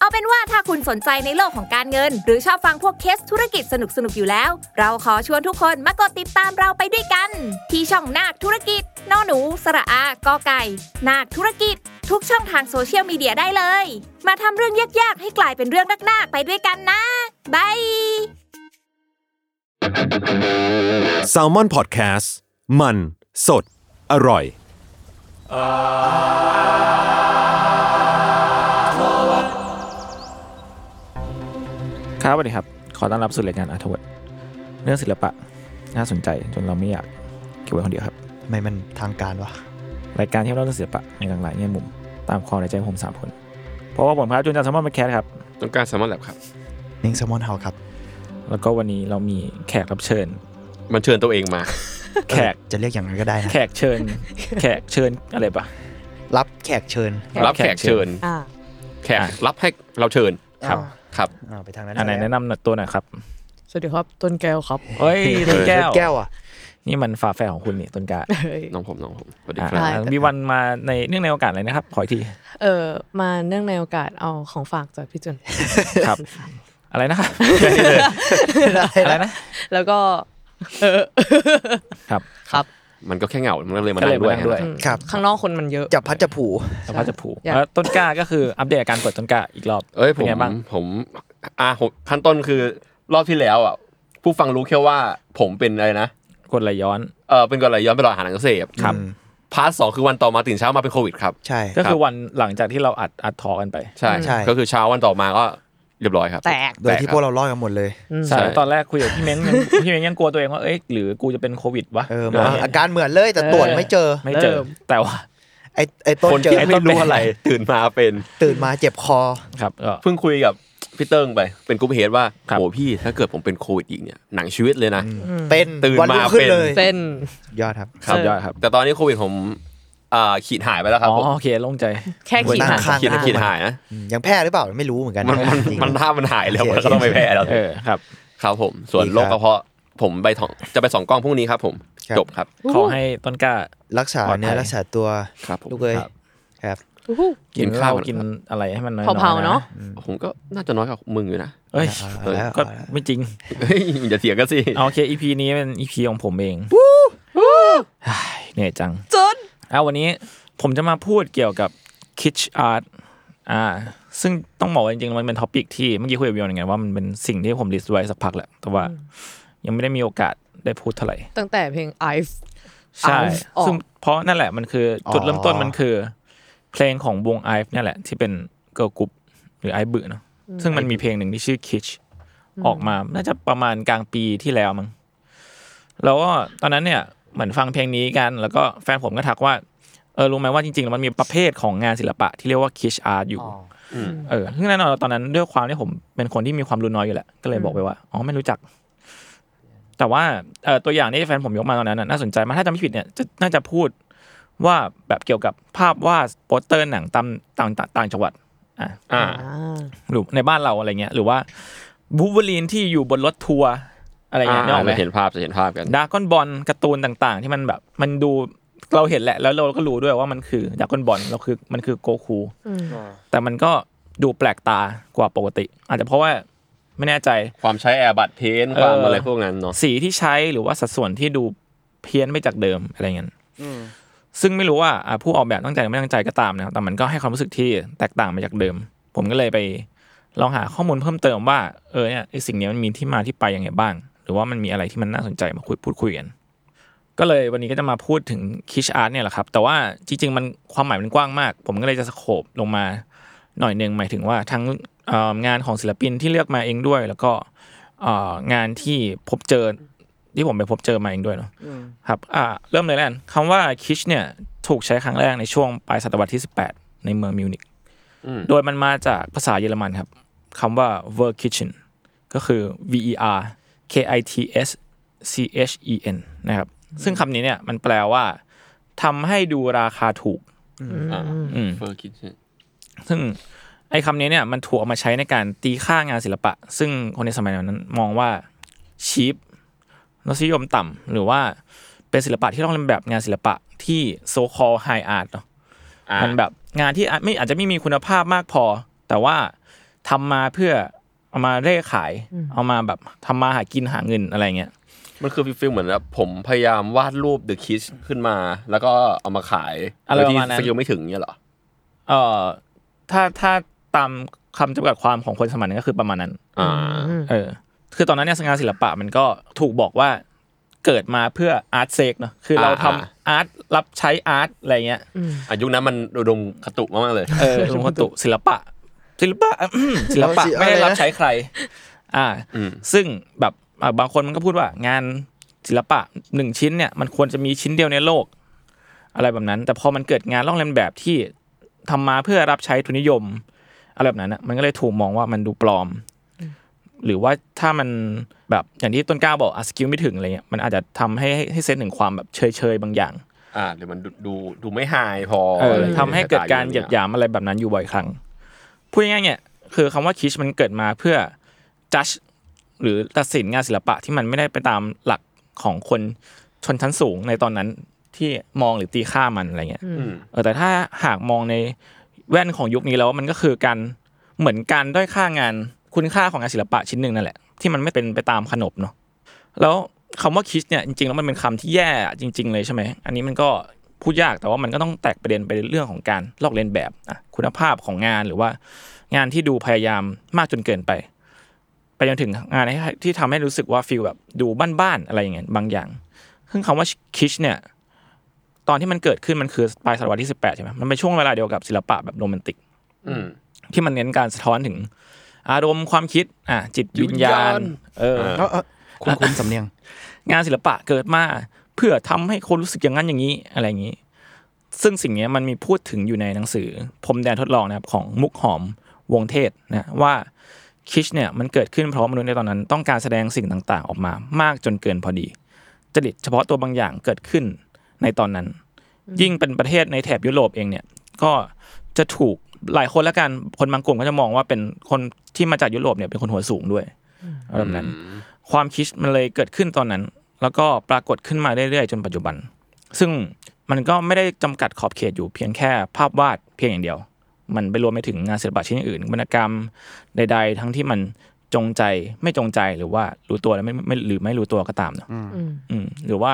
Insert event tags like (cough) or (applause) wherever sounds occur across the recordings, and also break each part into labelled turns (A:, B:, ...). A: เอาเป็นว่าถ้าคุณสนใจในโลกของการเงิน หรือชอบฟังพวกเคสธุรกิจสนุกๆอยู่แล้ว เราขอชวนทุกคนมากดติดตามเราไปด้วยกัน ที่ช่องนาคธุรกิจนอหนู สระอากอไก่ นาคธุรกิจ ทุกช่องทางโซเชียลมีเดียได้เลย มาทำเรื่องยากๆ ให้กลายเป็นเรื่องนักๆไปด้วยกันนะบาย
B: s a l m o n PODCAST มัน สด อร่อย
C: ครับสวัสดีครับ ขอต้อนรับสู่รายการอาร์ทเวิร์ดเรื่องศิลปะน่าสนใจจนเราไม่อยากเก็บไว้คนเดียวครับ
D: ทำไมมันทางการวะ
C: รายการที่เราเล่าเรื่องศิลปะในหลากหลายแง่มุมตามความในใจของผมสามคน เพราะว่าผมครับจุนจันทร์สมอนมาแคสครับ
E: ต้องการสมอลแลบครับ
D: นิ่งแซมมอนเฮาครับ
C: แล้วก็วันนี้เรามีแขกรับเชิญ (laughs)
E: มันเชิญตัวเองมา
C: แขก
D: เออจะเรียกอย่างนั้นก็ได้นะ
C: แขกเชิญ (laughs) แขกเชิญอะไรปะ
D: รับแขกเชิญ
E: รับแขกเชิญ
D: อ่า
E: แขกรับให้เราเชิญ
C: ครับ
E: ครับ
D: อ่าไปทางนั้น
C: อันไหนแนะนำหน่อยตัวหน่อย (laughs) ครับ
F: สวัสดีครับ ต้นแก้วครับ
C: เฮ้ยต้นแก้ว
D: แก้วอ่ะ
C: นี่มันฝาแฝดของคุณนี่ต้นก (laughs) า
F: เอ้ย
E: น้องผมน้องผมสวัสดี
C: อ่า
E: ครับ
F: ได้
C: มีวันมาในเนื่องในโอกาสอะไรนะครับขออีก (laughs) ที
F: (laughs) เออมาเนื่องในโอกาสเอาของฝากจากพี่จุน (laughs)
C: ครับ อะไรนะครับ (laughs) อะไรนะ
F: แล้วก็เออ
C: ครับ
F: ครับ
E: มันก็แค่เหงา มันก็เลยมา
C: ก็
E: นั่
C: เลย
E: งด้วย
C: มานั่งด้วย
E: ฮะ
F: อืม
D: ครับ
F: ข้างนอกคนมันเยอะ
D: จับพัดจับผู
C: สภาพจะผู
F: อยาก
C: แล้วต้นกล้าก็คืออัปเดตอาการป่วยต้นกล้าอีกรอบ
E: เอ้ยผ
C: เป็น
E: ม
C: ไงบ้าง
E: ผมอ่ะผมขั้นต้นคือรอบที่แล้วอ่ะผู้ฟังรู้แค่ว่าผมเป็นอะไรนะ
C: กดไหลย้อน
E: เออเป็นกรณีย้อนเป็นหลอดอาหารอักเสบ
C: ครับ
D: อืม
E: พาร์ทสองคือวันต่อมาตื่นเช้ามาเป็นโควิดครับ
D: ใช่
C: ก็คือวันหลังจากที่เราอัดอัดทอกันไป
E: ใช่
D: ใช่
E: ก็คือเช้าวันต่อมาก็เรียบร้อยครับ
F: แตก
D: โดยที่พวกเรารอดกันหมดเลย
F: อืม
C: ใช่
E: ใช่
C: ตอนแรกคุยกับพี่เม้งยัง พี่เม้งยังกลัวตัวเองว่าเอ้ยหรือกูจะเป็นโควิดวะ
D: เออ
C: ดี๋ยว
D: มาอาการเหมือนเลยแต่ตรวจไม่เจอ
C: ไม่เจอ แต่ว่า
D: ไอ้ไอ้ต้น
E: คน
D: เจ
E: ที่
D: อ
E: ไม่รู้อะไร ตื่นมาเป็น
D: ตื่นมาเจ็บคอ
C: ครับก็
E: เพิ่งคุยกับพี่เติ้งไป เป็นกรุ๊ปเฮดว่า
C: ครับ
E: โหพี่ถ้าเกิดผมเป็นโควิดอีกเนี่ยหนังชีวิตเลยนะ
D: เป็น
E: ตื่น
D: วัรุ่งขึ้
E: มาเป็น
D: นเลย
F: เส้น
D: ยอดครับ
C: สุด
F: เออ
C: ยอดครับ
E: แต่ตอนนี้โควิดผมอ่าขีดหายไปแล้วครั
C: อ๋อ
E: บผม
C: โอเคโล่งใจ
F: แค่ขีด
D: นั่ง
F: หาง
D: ข้าง
E: ขีด
D: หน้า
E: ขีดหายนะ
D: อืมยังแพ้หรือเปล่าไม่รู้เหมือนกัน
E: มันมัน
D: จริง
E: มันถ้ามันหายแล้ว
D: โอเค
E: มันก็ต้องไปแพ้แล้ว
C: เออครับ
E: ครับผม ส่วน
D: ดีครับ
E: โรคกระเพาะผมไปถองจะไปสองกล้องพรุ่งนี้ครับผม
D: ครับ
E: จบครับ
C: ขอให้ต้นกล้า
D: รักษา
C: ปลอดภัย
D: เนื้อรักษาตัว
E: ครับผม
D: ลูกเอ้ย
C: ครับ
D: ครับ
F: อู้หู
C: กิน
E: กิน
C: ข้า
E: ข้าว ว
C: กินอะไรให้มันน้อย
F: เผาๆ
C: ๆ
F: เนอะ
E: ผมก็น่าจะน้อยกว่ามึงอยู่นะ (laughs)
C: เอ้ย
D: เอาเอาแล้ว
C: ก็
D: เอาแล้ว
C: ไม่จริง
E: เฮ้ยอย่าเถียงกันสิ
C: (laughs) เอาโอเค EP นี้เป็น EP ของผมเอง (sighs) เฮ้ยเหนื่อยจัง
F: จุน
C: อ่าวันนี้ผมจะมาพูดเกี่ยวกับ kitsch art อ่า ซึ่งต้องบอกว่าจริงๆ มันเป็นท็อปิกที่เมื่อกี้คุยกับวิวยังไงว่ามันเป็นสิ่งที่ผมลิสต์ไว้สักพักแหละ แต่ว่ายังไม่ได้มีโอกาสได้พูดเท่าไหร่
F: ตั้งแต่เพลง I've
C: ใช่
F: Ive ออก
C: ซึ่งเพราะนั่นแหละมันคืออ
D: อ
C: จุดเริ่มต้นมันคือ เพลงของวงไอฟ์เนี่ยแหละ ที่เป็นเกิร์ลกรุ๊ปหรือไอบึเนาะซึ่งมันมีเพลงหนึ่งที่ชื่อ kitsch ออกมาน่าจะประมาณกลางปีที่แล้วมั้งแล้วก็ตอนนั้นเนี่ยเหมือนฟังเพลงนี้กัน แล้วก็แฟนผมก็ทักว่า เออรู้ไหมว่าจริงๆแล้วมันมีประเภทของงานศิลปะที่เรียกว่าคิชอาร์ตอยู่ เออซึ่งแน่นอนตอนนั้นด้วยความที่ผมเป็นคนที่มีความรู้น้อยอยู่แหละ ก็เลยบอกไปว่า อ๋อไม่รู้จัก แต่ว่าเออตัวอย่างที่แฟนผมยกมาตอนนั้นน่ะน่าสนใจมากถ้าจำไม่ผิดเนี่ยจะน่าจะพูดว่าแบบเกี่ยวกับภาพวาดโปสเตอร์หนังตามต่างต่างจังหวัดอ่ะ
E: อ่า
F: อ่า
C: หรือในบ้านเราอะไรเงี้ย หรือว่าบูเวอรีนที่อยู่บนรถทัวร์อะไรเงี้ยนึกออกไหม
E: จะเห็นภาพจะเห็นภาพกัน
C: ดากอนบอลการ์ตูนต่างๆ ที่มันแบบมันดูเราเห็นแหละ แล้วเราก็รู้ด้วยว่ามันคือดากอนบอลเราคือมันคือโกคู
F: อืม
C: แต่มันก็ดูแปลกตากว่าปกติ อาจจะเพราะว่าไม่แน่ใจ
E: ความใช้แอร์บัตเทน
C: เออ
E: ความอะไรพวกนั้นเนาะ
C: สีที่ใช้หรือว่าสัดส่วนที่ดูเพี้ยนไปจากเดิมอะไรเงี้ยซึ่งไม่รู้ว่าอ่ะผู้ออกแบบตั้งใจหรือไม่ตั้งใจก็ตามนะครับแต่มันก็ให้ความรู้สึกที่แตกต่างไปจากเดิม ผมก็เลยไปลองหาข้อมูลเพิ่มเติมว่า เออเนี่ยไอ้สิ่งเนี้ยมันมีที่มาที่ไปยังไงบ้าง หรือว่ามันมีอะไรที่มันน่าสนใจมาคุยพูดคุยกัน ก็เลยวันนี้ก็จะมาพูดถึงคิชอาร์ตเนี่ยแหละครับ แต่ว่าจริง ๆ มันความหมายมันกว้างมาก ผมก็เลยจะสโคบลงมาหน่อยหนึ่งหมายถึงว่าทั้งเอ่องานของศิลปินที่เลือกมาเองด้วย แล้วก็เอ่องานที่พบเจอที่ผมไปพบเจอมาเองด้วยเนาะครับอ่าเริ่มเลยแล้วกันคำว่าคิชเนี่ยถูกใช้ครั้งแรกในช่วงปลายศตวรรษที่ 18 ในเมืองมิวนิกโดยมันมาจากภาษาเยอรมันครับคำว่า v e r k i t c h e n ก็คือ V E R K I T S C H E N นะครับ ซึ่งคำนี้เนี่ยมันแปลว่าทำให้ดูราคาถูก
E: อ่า
C: อืม
E: เฟอร์คิด
C: ซึ่งไอ้คำนี้เนี่ยมันถูกเอามาใช้ในการตีค่างานศิลปะ ซึ่งคนในสมัยนั้นมองว่าชีพรสนิยมต่ำหรือว่าเป็นศิลปะที่ต้องเรียนแบบงานศิลปะที่โซคอลไฮอาร์ตเนาะมันแบบงานที่อาจไม่อาจจะไม่มีคุณภาพมากพอ แต่ว่าทำมาเพื่อเอามาเร่ขาย เอามาแบบทำมาหากินหาเงินอะไรเงี้ย
E: มันคือฟิลเหมือนแบบผมพยายามวาดรูปเดอะคิชขึ้นมา แล้วก็เอามาขาย
C: อะไร
E: โด
C: ประ
E: ยที่
C: มาณนั้น
E: สกิลไม่ถึงเนี่ยเหรอ
C: เอ่อถ้าถ้าตามคำจำกัดความของคนสมัยนั้นก็คือประมาณนั้น
E: อ่า
C: เออคือตอนนั้นเนี่ยงานศิลปะมันก็ถูกบอกว่าเกิดมาเพื่ออาร์ตเซกเนอะคือเราทำ
E: อ่า
C: อาร์ตรับใช้อาร์ตอะไรเงี้ย
E: อายุคนั้นมันอุดมคตุมากๆเลย
C: เออหลวงพ่อตุศิลปะ ศิลปะอืมศิลปะ
D: เอาสิ
C: ไม่ได้
D: เอาเลยนะ
C: รับใช้ใคร อ่า
E: อืม
C: ซึ่งแบบอ่ะบางคนมันก็พูดว่างานศิลปะหนึ่งชิ้นเนี่ยมันควรจะมีชิ้นเดียวในโลก อะไรแบบนั้น แต่พอมันเกิดงานล่องเลียนแบบที่ทำมาเพื่อรับใช้ทุนนิยม อะไรแบบนั้นนะมันก็เลยถูกมองว่ามันดูปลอม หรือว่าถ้ามันแบบอย่างที่ต้นกล้าบอกอะสกิลไม่ถึงอะไรเงี้ยมันอาจจะทำให้ให้ให้เซนส์ถึงความแบบเฉยๆบางอย่าง
E: อ่าเดี๋ยวมันดูดูดูไม่ไฮพอ
C: เออ
E: อะไรอย่งงี้ย
C: ทำให้เกิดการเหยียดหยามอะไรแบบนั้นอยู่บ่อยครั้งพูดง่ายๆเนี่ยคือคำว่าคิชมันเกิดมาเพื่อ judge หรือตัดสินงานศิลปะที่มันไม่ได้ไปตามหลักของคนชนชั้นสูงในตอนนั้นที่มองหรือตีค่ามันอะไรเงี้ย
E: อืม
C: เออแต่ถ้าหากมองในแว่นของยุคนี้แล้วมันก็คือการเหมือนการด้อยค่างานคุณค่าของงานศิลปะชิ้นหนึ่งนั่นแหละ ที่มันไม่เป็นไปตามขนบเนาะแล้วคำว่าคิชเนี่ยจริงๆแล้วมันเป็นคำที่แย่จริง ๆ เลยใช่ไหมอันนี้มันก็พูดยากแต่ว่ามันก็ต้องแตกประเด็นไปในเรื่องของการลอกเลียนแบบอ่ะคุณภาพของงานหรือว่างานที่ดูพยายามมากจนเกินไป ไปจนถึงงานที่ที่ทำให้รู้สึกว่าฟีลแบบดูบ้านๆอะไรอย่างเงี้ยบางอย่างซึ่งคำว่าคิชเนี่ย ตอนที่มันเกิดขึ้นมันคือปลายศตวรรษที่ 18 ใช่ไหมมันเป็นช่วงเวลาเดียวกับศิลปะแบบโรแมนติก
E: อืม
C: ที่มันเน้นการสะท้อนถึง อารมณ์ความคิดอ่ะจิตวิญญา
E: วิญญา
C: ณ
E: ณ
C: เออ
E: เออ
D: เอาเอาคุณคุณสำเนียง
C: งานศิลปะเกิดมาเพื่อทำให้คนรู้สึกอย่างนั้นอย่างนี้อะไรอย่างนี้ ซึ่งสิ่งเนี้ยมันมีพูดถึงอยู่ในหนังสือพรมแดนทดลองนะครับของมุกหอมวงเทศนะว่าคิชเนี่ยมันเกิดขึ้นเพราะมนุษย์ในตอนนั้น ต้องการแสดงสิ่งต่างๆ ออกมามากจนเกินพอดีจริตเฉพาะตัวบางอย่างเกิดขึ้นในตอนนั้น ยิ่งเป็นประเทศในแถบยุโรปเองเนี่ยก็จะถูกหลายคนละกันคนบางกลุ่มก็จะมองว่าเป็นคนที่มาจากยุโรปเนี่ยเป็นคนหัวสูงด้วยอะไรแบบนั้น ความคิดมันเลยเกิดขึ้นตอนนั้น แล้วก็ปรากฏขึ้นมาเรื่อยๆ จนปัจจุบัน ซึ่งมันก็ไม่ได้จำกัดขอบเขตอยู่เพียงแค่ภาพวาดเพียงอย่างเดียว มันไปรวมไปถึงงานศิลปะชิ้นอื่นวรรณกรรมใด ๆ ทั้งที่มันจงใจไม่จงใจหรือว่ารู้ตัวและไม่ไม่หรือไม่รู้ตัวก็ตามเนอะ
F: อืม
C: อืมหรือว่า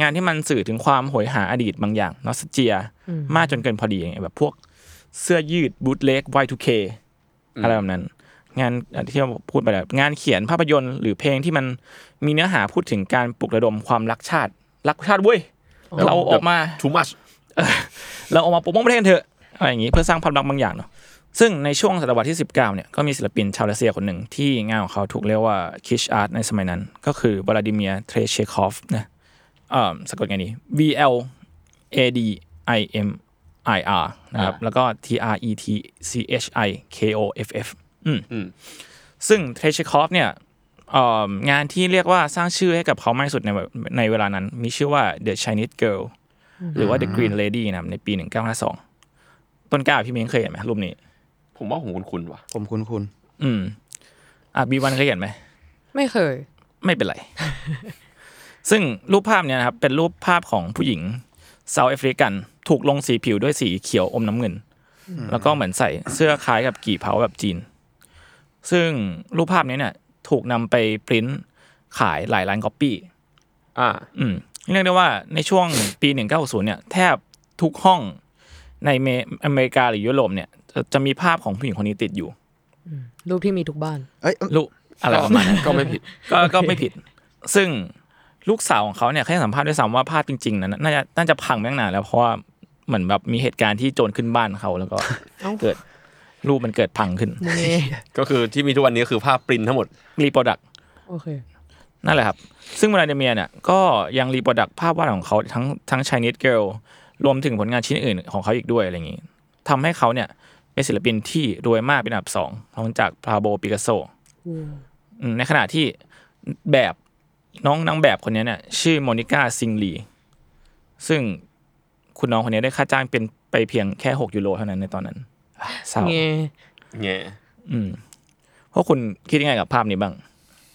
C: งานที่มันสื่อถึงความโหยหาอดีตบางอย่างนอสเจีย มากจนเกินพอดีอย่างเงี้ยแบบพวกเสื้อยืดบูทเล็ก Y2K อะไรแบบนั้น งานอ่ะที่เราพูดไปแล้วงานเขียนภาพยนตร์หรือเพลงที่มันมีเนื้อหาพูดถึงการปลุกระดมความรักชาติ รักชาติเว้ย เราออกมา
E: too much
C: เราออกมาปกป้องประเทศกันเถอะอะไรอย่างนี้เพื่อสร้างความรักบางอย่างเนาะซึ่งในช่วงศตวรรษที่ 19เนี่ยก็มีศิลปินชาวรัสเซียคนหนึ่งที่งานของเขาถูกเรียกว่าคิชอาร์ตในสมัยนั้น ก็คือวลาดิเมียร์เทรเชคอฟนะเอ่อสะกดไงดี V L A D I M I R นะครับแล้วก็ T R E T C H I K O F F อืม
E: อืม
C: ซึ่งเทรเชคอฟเนี่ยเอ่องานที่เรียกว่าสร้างชื่อให้กับเขามากที่สุดในเวในเวลานั้น มีชื่อว่า The Chinese Girl หรือว่า The Green Lady นะครับในปี 1952 ต้นกล้าพี่เม้งเคยเห็นไหมรูปนี้
E: ผมว่าผมคุ้นๆว่ะ
D: ผมคุณคุณ
C: อืม อ่ะบีวันเคยเห็นไหม
F: ไม่เคย
C: ไม่ (laughs) เป็นไร ซึ่งรูปภาพเนี่ยนะครับ เป็นรูปภาพของผู้หญิงเซาท์แอฟริกัน ถูกลงสีผิวด้วยสีเขียวอมน้ำเงิน แล้วก็เหมือนใส่เสื้อคล้ายกับกี่เผาแบบจีน ซึ่งรูปภาพนี้เนี่ย ถูกนำไปปริ้นขายหลายล้านก๊อปปี้
E: อ่า
C: อืมเรียกได้ว่าในช่วงปี 1960เนี่ยแทบทุกห้องในเมอเมริกาหรือยุโรปเนี่ยจะจะมีภาพของผู้หญิงคนนี้ติดอยู่
F: รูปที่มีทุกบ้าน
D: เอ้ย
C: ลูกอะไรประมาณ
F: (laughs)
C: นั้น
E: ก็ไม่ผิด
C: ก็ก็ไม่ผิด ซึ่งลูกสาวของเขาเนี่ยเคยให้สัมภาษณ์ด้วยซ้ำว่าภาพจริงๆนั้นน่าจะน่าจะพังไปตั้งนานแล้วเพราะว่าเหมือนแบบมีเหตุการณ์ที่โจรขึ้นบ้านเขาแล้วก็
F: เอ้า
C: เกิดรูปมันเกิดพังขึ้น
F: มึงเอง
E: (laughs) ก็คือที่มีทุกวันนี้คือภาพปรินทั้งหมด
C: รีโปรดัก
F: โอเค
C: นั่นแหละครับ ซึ่งวลาดิเมียร์เนี่ยก็ยังรีโปรดักภาพวาดของเขาทั้งทั้ง Chinese Girl รวมถึงผลงานชิ้นอื่นของเขาอีกด้วยอะไรอย่างนี้ทำให้เขาเนี่ยเป็นศิลปินที่รวยมากเป็นอันดับสองรองจากพาโบปิกัสโซในขณะที่แบบน้องนางแบบคนเนี้ยเนี่ยชื่อโมนิก้าซิงลีซึ่งคุณน้องคนเนี้ยได้ค่าจ้างเป็น ไปเพียงแค่ 6 ยูโรเท่านั้นในตอนนั้นเศร้า
F: เงย
E: แง่
C: อืมพวกคุณคิดยังไงกับภาพนี้บ้าง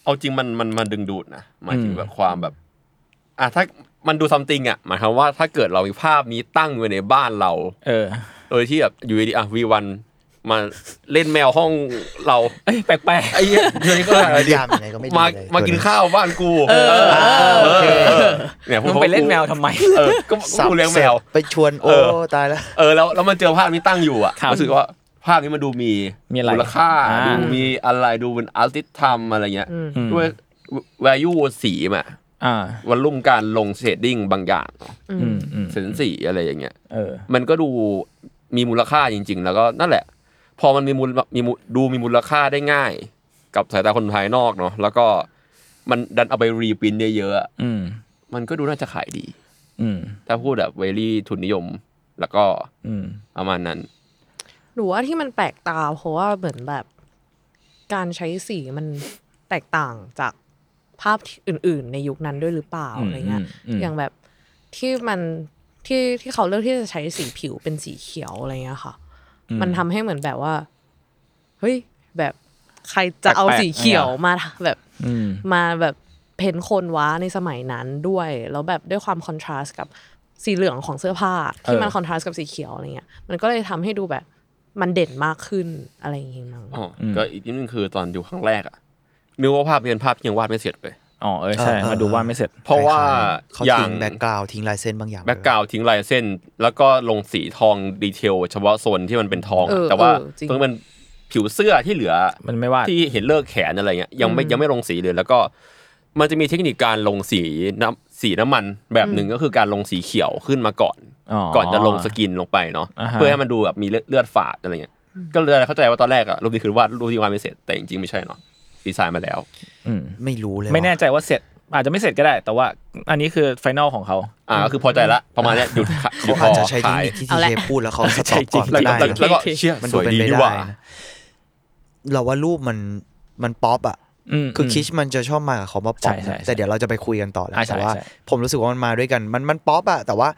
E: เอาจริงมันมันมันดึงดูดนะหมายถึง
C: อืม
E: แบบความแบบ อ่ะถ้ามันดูซัมติงอ่ะหมายความว่าถ้าเกิดเรามีภาพนี้ตั้งไว้ในบ้านเรา
C: เออ
E: โดยที่แบบอยู่ดีๆอ่ะวีวันมาเล่นแมวห้องเรา
C: เอ้ยแปลก
E: ไอ้เหี้ยเดี๋ยวนี้ก็อะไรดิ
D: ยามยังไงก็ไม่ดี
E: มา
D: เลย
E: มากินข้าวบ้านกู เออ
D: โอเค
E: เนี่ย
C: ๆ
E: พว
C: มึ
E: ก
C: งไปเล่นแมวทำไม
E: เออก็
D: สับ
E: กูเลี้ยงแมว
D: สร็จไปชวนโอ้
E: เออ
D: ตายแล้ว
E: เออแล้วแล้วมันเจอภาพนี้ตั้งอยู่อ่ะ
C: ครับ
E: รู้สึกว่าภาพนี้มันดูมี
C: มีอะไร
E: มูลค่า
C: อ่า
E: ดูมีอะไรดูเป็นอาร์ติสทำอะไรเงี้ย
F: อืม
C: อืม
E: ด้วย value สีมะ
C: อ่า
E: วันรุ่มการลงเชดดิ้งบางอย่าง
C: อืมอืม
E: เส้นสีอะไรอย่างเงี้ย
C: เออ
E: มันก็ดูมีมูลค่าจริง ๆ แล้วก็นั่นแหละ พอมันมีมูลมีมูดูมีมูลค่าได้ง่าย กับสายตาคนภายนอกเนาะแล้วก็มันดันเอาไปรีพินเยอะๆอะ
C: อืม
E: มันก็ดูน่าจะขายดี
C: อืม
E: ถ้าพูดแบบเวลี่ทุนนิยม แล้วก็
C: อืม
E: ประมาณนั้น
F: หรือว่าที่มันแปลกตาเพราะว่าเหมือนแบบการใช้สีมันแตกต่างจากภาพที่อื่น ๆ ในยุคนั้นด้วยหรือเปล่า
C: อืม
F: อะไรเงี้ย
C: อืมอืม
F: อย่างแบบที่มันที่ที่เขาเลือกที่จะใช้สีผิวเป็นสีเขียวอะไรเงี้ยค่ะ มันทำให้เหมือนแบบว่าเฮ้ยแบบใครจะเอา
E: แปลกๆ
F: สีเขียวมาแบบ
C: อืม
F: มาแบบเพ้นคนว้าในสมัยนั้นด้วย แล้วแบบด้วยความคอนทราสต์กับสีเหลืองของเสื้อผ้าที่
C: เออ
F: มันคอนทราสต์กับสีเขียวอะไรเงี้ยมันก็เลยทำให้ดูแบบมันเด่นมากขึ้นอะไรอย่างเงี้ยมั้ง
E: อ๋ออก็อีกนิดนึงคือตอนอยู่ครั้งแรกอะมิวว่าภาพเรียนภาพยังวาดไม่เสร็จเลย
C: อ๋อเออใช่
D: เออเออ
C: มาดูว่าไม่เสร็จ
E: เพราะว่า
D: เขา
E: อย่า
D: ทิ้
E: ง
D: งแบ็กกราวทิ้งลายเส้นบางอย่าง
E: แบ็กกราวทิ้งลายเส้น แล้วก็ลงสีทองดีเทลเฉพาะโซนที่มันเป็นทอง
F: เอ
E: อะ
F: อ
E: แต่ว่า
F: ออจริง
E: เพิ่งเป็นผิวเสื้อที่เหลือ
C: มันไม่วาด
E: ที่เห็นเลิกแขนอะไรเงี้ยยังไม่ยังไม่ลงสีเลย แล้วก็มันจะมีเทคนิคการลงสีน้ำสีน้ำมันแบบหนึ่งก็คือการลงสีเขียวขึ้นมาก่อน
C: อ๋อ
E: ก่อนจะลงสกินลงไปเนาะ
C: อ่าฮะ
E: เพื่อให้มันดูแบบมีเลือดเลือดฝาดอะไรเงี้ยก็เลยเข้าใจว่าตอนแรกอะรูปนี้คือวาดรูปที่วาดไม่เสร็จแต่จริงๆไม่ใช่เนาะดีไซน์มาแล้ว
C: อืม
D: ไม่รู้เลย
C: ไม่แน่
D: ว่ะ
C: ใจว่าเสร็จ อาจจะไม่เสร็จก็ได้ แต่ว่า อันนี้คือไฟแนลของเขา
E: อ่าก็คือพอใจละประมาณเนี้ยหยุดขายหยุด
D: (laughs) เขา
E: พ
D: อาจ
E: อ
D: จะใช้เทค
E: ขาย
D: นิคที่
F: เอา
D: ที
F: ละ
D: เจพูดแล้วเขาสต็อปก่อน
E: แล้
D: ก็
E: วก็
D: ได้นะ
E: แล้วก็
F: โอเค
E: เชี่ย
D: มัน
E: ส
D: ดู
E: วย
D: เป็น
E: ดี
D: ไป
E: นี่ห
D: ได้
E: ว่า
D: นะเราว่ารูปมันมันป๊อปอ่ะ
C: อืม
D: คือ
C: ม
D: คิชมันจะชอบมากับคำว่าป๊อป
C: ใช่ใช่
D: นะ
C: ใช่
D: แต่เดี๋ยวเราจะไปคุยกันต่อแล้ว
C: อ่าใช่
D: แต่ว่า
C: ใช่
D: ผมรู้สึกว่ามันมาด้วยกัน มันมันป๊อปอะแต่ว่า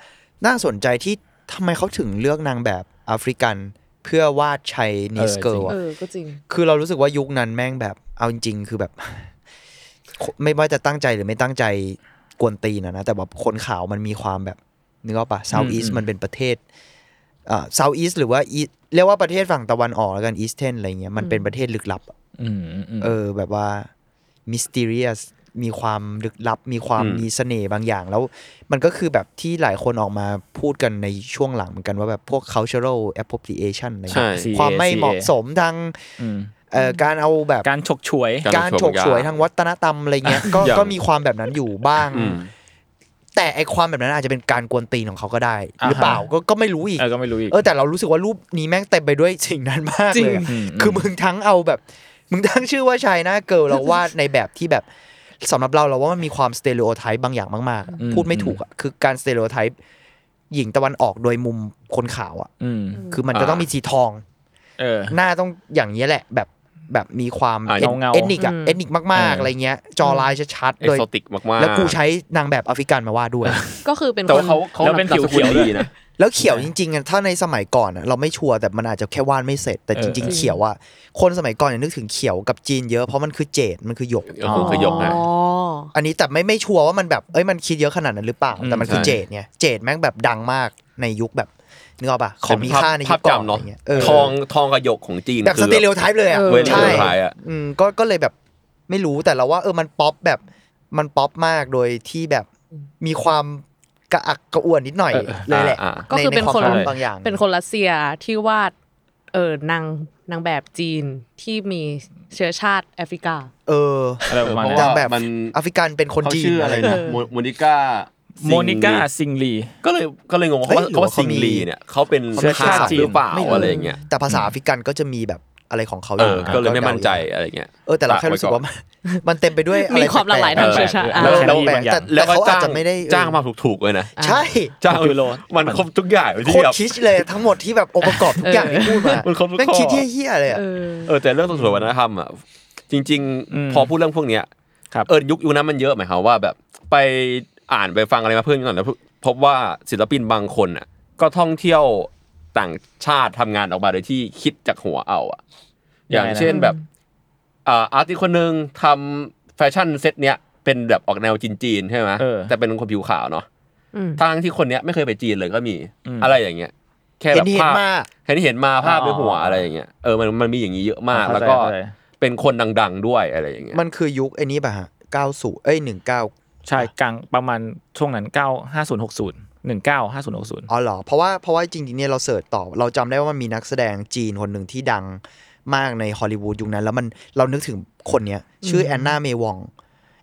D: น่าสนใจที่ทำไมเขาถึงเลือกนางแบบแอฟริกันเพื่อวาดชัยนิสเกิล
F: เออก็จริง
D: คือเรารู้สึกว่ายุคนั้นแม่งแบบเอาจริงๆคือแบบ (laughs) ไม่ว่าจะตั้งใจหรือไม่ตั้งใจกวนตีนอะนะ แต่แบบคนขาวมันมีความแบบนึกออกปะเซาท์อีส
C: อืม
D: มันเป็นประเทศอ่าเซาท์อีสหรือว่า East เรียกว่าประเทศฝั่งตะวันออกแล้วกันอีสเทนอะไรเงี้ยมันเป็นประเทศลึกลับอะ
C: อืมอืมอืม
D: เออแบบว่า mysterious มีความลึกลับ มีความ
E: อืม
D: มีเสน่ห์บางอย่างแล้ว มันก็คือแบบที่หลายคนออกมาพูดกันในช่วงหลังเหมือนกันว่าแบบพวก cultural appropriation อะไร
E: ใช่
D: เงี้ยความไม่
C: CA
D: เหมาะสมทาง
C: อืม
D: เอ่อการเอาแบบ
C: การฉกฉวย
D: การฉกฉวยทางวัฒนธรรมอะไรเงี้ยก็ก็มีความแบบนั้นอยู่บ้าง
E: อืม
D: แต่ไอความแบบนั้นอาจจะเป็นการกวนตีนของเขาก็ได้ หรือเปล่า
C: อ่าฮะ
D: ก็ก็ไม่รู้อีก
C: เออก็ไม่รู้อีก
D: เออแต่เรารู้สึกว่ารูปนี้แม่งเต็มไปด้วยสิ่งนั้นมากเลยอะ
C: จริงอืม
D: คือมึงทั้งเอาแบบ มึงทั้งชื่อว่าชายหน้าเกิร์ลเราวาดในแบบที่แบบสำหรับเราเราว่ามันมีความสเต r ร o โอไทป์บางอย่างมากๆอะ
C: อืม
D: พูดไม่ถูกอ่ะคือการสเต r ร o โอไทป์หญิงตะวันออกโดยมุมคนขาวอ่ะ
C: อืม
D: คือมันจะต้อง
E: อ่ามี
D: มีสีทอง
C: เออ
D: หน้าต้องอย่างนี้ยแหละ แบบแบบมีความ
E: อ่า
D: น
C: เงาๆ
D: เอ็นนิกอ่ะ
F: อืม
D: เอ็นนิกมาก
C: เออ
D: ๆ
C: อ
D: อะไรเงี้ย จอลายชัดๆ
E: เอ
D: โดย
E: โซติกมากๆ
D: แล้วกูใช้นางแบบแอฟริกันมาวาดด้วย
F: ก็คือเป็น
E: แต่
F: ค
E: ว่าน เขาเขา
C: แล้วเป็นผิวเขียวด้ว
E: ดี
C: ย
E: นะ
D: แล้วเขียวจริงๆอะถ้าในสมัยก่อนอะเราไม่ชัวร์แต่มันอาจจะแค่วาดไม่เสร็จแต่
C: เออ
D: จริง ๆ เขียวอะคนสมัยก่อนเนี่ยนึกถึงเขียวกับจีนเยอะเพราะมันคือเจดมันคือหยก
E: ก็คือขยกนะ
F: อ๋อ
D: อันนี้แต่ไม่ไม่ชัวร์ว่ามันแบบเอ้ยมันคิดเยอะขนาดนั้นหรือเปล่า
C: อืม
D: แต่มันคือ
E: ใช่
D: เจดไงเจดแม่งแบบดังมากในยุคแบบนึกออกปะของมีค่าในยุ
E: ภา
D: ค
E: พ
D: ก่อนอะ
E: จำ
D: ไร
E: เนาะ
D: เงี้ยเออ
E: ทองทองกระหยกของจีน
D: แบบ
E: คื
D: ส
E: อ
D: เตเรโอไทป์เลยอะ
F: เออ
E: เวลี
D: ใช่
E: สุดท้ายอะ
D: อืมก็ก็เลยแบบไม่รู้แต่เราว่าเออมันป๊อปแบบมันป๊อปมากโดยที่แบบมีความกระอักกระอ่วนนิดหน่อย
C: เออ
D: เลยแหละ
E: อ่าอ่า
F: ก็คือเป็น
D: ใใวาม
F: คน
D: ป๊อปบางอย่าง
F: เป็นคนรัสเซียที่วาดเออนางนางแบบจีนที่มีเชื้อชาติแอฟริกา
D: เออ
C: อะไรประมาณ
E: เพ
C: นั้น
D: นา
E: ราะว่า
D: งแบบ
E: มัน
D: แอฟริกันเป็นคน
E: เขา
D: จีน
E: ชื่ออะไรนะโมโมนิก้า
C: โมนิก้าซิงลี
E: ก็เลยก็เลยงงว่าเขาว่า
D: เฮ้ยหรือ
E: เขาว่า
D: ว่าเขา
E: ซิง
D: มี
E: ลีเนี่ยเขาเป็น
C: เชื้อชาติจีน
E: หรือเปล่า
D: ม่
E: อะไรอย่างเงี้ย
D: แต่ภาษาแอฟริกันก็จะมีแบบอะไรของเขาอ
E: เอยู่ อ ก็เลยไม่มั่นใจอะไรเงี้ย
D: เออแต่เราแค่รู้สึกว่ามันมันเต็มไปด้วยอะไร
F: มีความหลากหลาย
D: แป
F: ทา
D: ๆ
F: งเชื้อชาติ
C: เออ
F: อ่ะ
C: แค
D: แล้วแล้ว
C: ดี้
D: แปล
C: บากงอย่าง
D: แต่แต่
E: แล้วก็
D: เขาอาจ
E: จ้าง
D: จะไม่ได้
E: จ้างมาถูกๆเลยนะ
D: ใช่
E: จ้าง
C: ยูโร
E: มันครบทุกอย่างเลย
D: โค
E: ที่
D: ตร
E: แบบ
D: คิดเลยทั้งหมดที่แบบองค์ประกอบทุกอย่างที่พูดมา
E: มันครบทุก
D: แม่ง
E: ข้อ
D: คิดเฮี้ยๆเลยอะ
F: เออ
E: เออแต่เรื่องส่วนวัฒนธรรมอ่ะจริง
C: อืม
E: ๆ พอพูดเรื่องพวกเนี้ย
C: ครับ
E: เออยุคยุคนั้นมันเยอะหมายความว่าแบบไปอ่านไปฟังอะไรมาเพิ่มก่อนแล้วพบว่าศิลปินบางคนอ่ะก็ท่องเที่ยว ต่างชาติทำงานออกมาโดยที่คิดจากหัวเอาอะอย่าง
C: ยังไงนะ
E: เช่นแบบอ่าอาร์ติสต์คนหนึ่งทำแฟชั่นเซ็ตเนี้ยเป็นแบบออกแนวจีนๆใช่ไหม
C: เออ
E: แต่เป็นคนผิวขาวเนาะ
F: อืม
E: ทั้งที่คนเนี้ยไม่เคยไปจีนเลยก็มีอะไรอย่างเงี้ย แค่
D: เห็
E: แบ
D: น
E: บ
D: เห็น
E: ภาพ
D: มา
E: เห็นเห็นมาภาพในหัว
C: อ๋ออ
E: อะไรอย่างเงี้ยเออมันมันมีอย่างนี้เยอะมาก แล้ว
C: เข้ใจ
E: ก็
C: เข้าใจ
E: เป็นคนดัง ๆ ด้วยอะไรอย่างเงี้ย
D: มันคือยุคไอ้นี้ป่ะฮะ90เอ้ย19
C: ใช่กลางประมาณช่วงนั้นเก้าห้าศูนย์หกศูนย์หนึ่งเก้าห้าศูนย์หกศูนย์
D: อ๋อเหรอ เพราะว่าเพราะว่าจริงๆเนี่ยเราเสิร์ชต่อ เราจำได้ว่ามันมีนักแสดงจีนคนหนึ่งที่ดังมากในฮอลลีวูดยุคนั้น แล้วมันเรานึกถึงคนเนี้ย ชื่อแอนนาเมวอง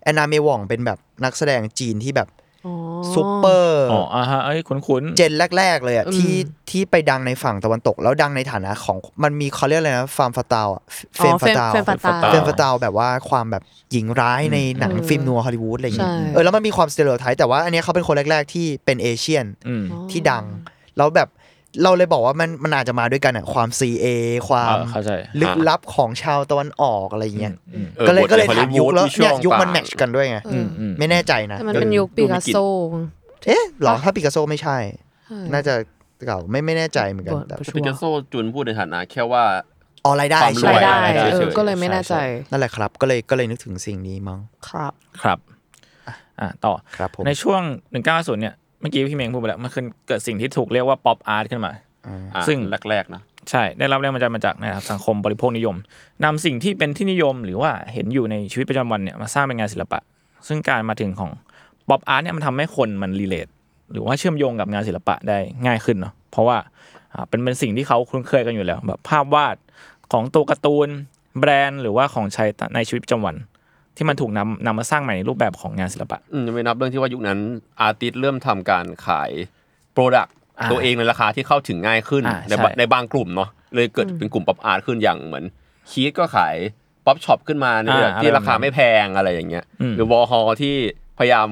D: แอนนาเมวองเป็นแบบนักแสดงจีนที่แบบ
F: อ๋อ
D: ซูเปอร์
C: อ๋ออ่าฮะเอ้ยคุ้นๆ
D: เจนแรก ๆ เลยอะ
F: อืม
D: ที่ที่ไปดังในฝั่งตะวันตก แล้วดังในฐานะของมันมีเขาเรียกอะไรนะฟาร์มฟาตาอะเฟ
F: อ๋
D: ม
F: อ
D: ฟาตา
F: เฟมฟาตา
D: เฟมฟาตาแบบว่าความแบบหญิงร้ายในหนัง
F: อืม
D: ฟิล์มนัวฮอลลีวูดอะไรอย่างเงี้ย
F: ใช่
D: เออแล้วมันมีความสเตอริโอไทป์แต่ว่าอันเนี้ยเขาเป็นคนแรก ๆ ที่เป็นเอเชียน
C: อืม
F: อ๋อ
D: ที่ดัง แล้วแบบเราเลยบอกว่ามันมันอาจจะมาด้วยกันอะความ CA ความ
C: เออเข้าใจ
D: ลึกลับของชาวตะวันออกอะไรอย่างเงี้ย
C: อืม
E: ออ
D: ก็เลย
E: บท
D: ก็เลย
E: ในฮอ
D: ถามยุคแล้ว
E: ที่ช่
D: เนี่
E: วย ง
D: ยุค
E: ปลา
D: มันแมทช์กันด้วยไง
F: เอ
C: อื
F: อ
C: มอืม
D: ไม่แน่ใจนะ
F: แต่มันเป็นยุค
E: ดู
F: ปิ
E: มี
F: กัส
E: กลิ่น
F: โซ
D: เอ๊ะเหรอถ้าปิกัสโซไม่ใช่
F: ใช่
D: น่าจะเก่าไม่ไม่แน่ใจเหมือนกัน
F: บท
D: แต่
E: ปิกัสโซจุนพูดในฐานะแค่ว่า
D: ออนไลน์ได้
E: ความร
D: ใช่
E: ว
F: ราย ยได้
E: รายได้
F: เอ
E: เฉ
F: อย
E: ๆ
F: ก็เลยไม่แน่ใจ
D: นั่นแหละครับ ก็เลยก็เลยนึกถึงสิ่งนี้มั้ง
F: ครับ
C: ครับ อ่าต่อ
D: ครับผม
C: ในช่วง 190 เนี่ย เมื่อกี้พี่เมงพูดไปแล้ว มันคือเกิดสิ่งที่ถูกเรียกว่าป๊อปอาร์ตขึ้นมา
D: อ่า
E: อ่ะ
C: ซึ่ง
E: แรกๆนะ
C: ใช่ ได้รับแรงบันดาลใจมาจากนะครับสังคมบริโภคนิยมนำสิ่งที่เป็นที่นิยมหรือว่าเห็นอยู่ในชีวิตประจำวันเนี่ยมาสร้างเป็นงานศิลปะ ซึ่งการมาถึงของป๊อปอาร์ตเนี่ยมันทำให้คนมันรีเลทหรือว่าเชื่อมโยงกับงานศิลปะได้ง่ายขึ้นเนาะเพราะว่าอ่าเป็นเป็นสิ่งที่เขาคุ้นเคยกันอยู่แล้ว แบบภาพวาดของตัวการ์ตูน แบรนด์หรือว่าของใช้ในชีวิตประจำวัน ที่มันถูกนำนำมาสร้างใหม่ในรูปแบบของงานศิลปะ
E: อืมยังไม่นับเรื่องที่ว่ายุคนั้น อาร์ติสเริ่มทำการขายโปรดักต์
C: อ่า
E: ตัวเองในราคาที่เข้าถึงง่ายขึ้น
C: อ่า
E: ในบะ
C: ใช่
E: ในบางกลุ่มเนาะเลยเกิดเป็นกลุ่มป๊อปอาร์ตขึ้นอย่างเหมือนคีตก็ขายป๊อปช็อปขึ้นมาในระดับที่ราคาไม่แพงอะไรอย่างเงี้ยหรือวอลฮอที่พยายาม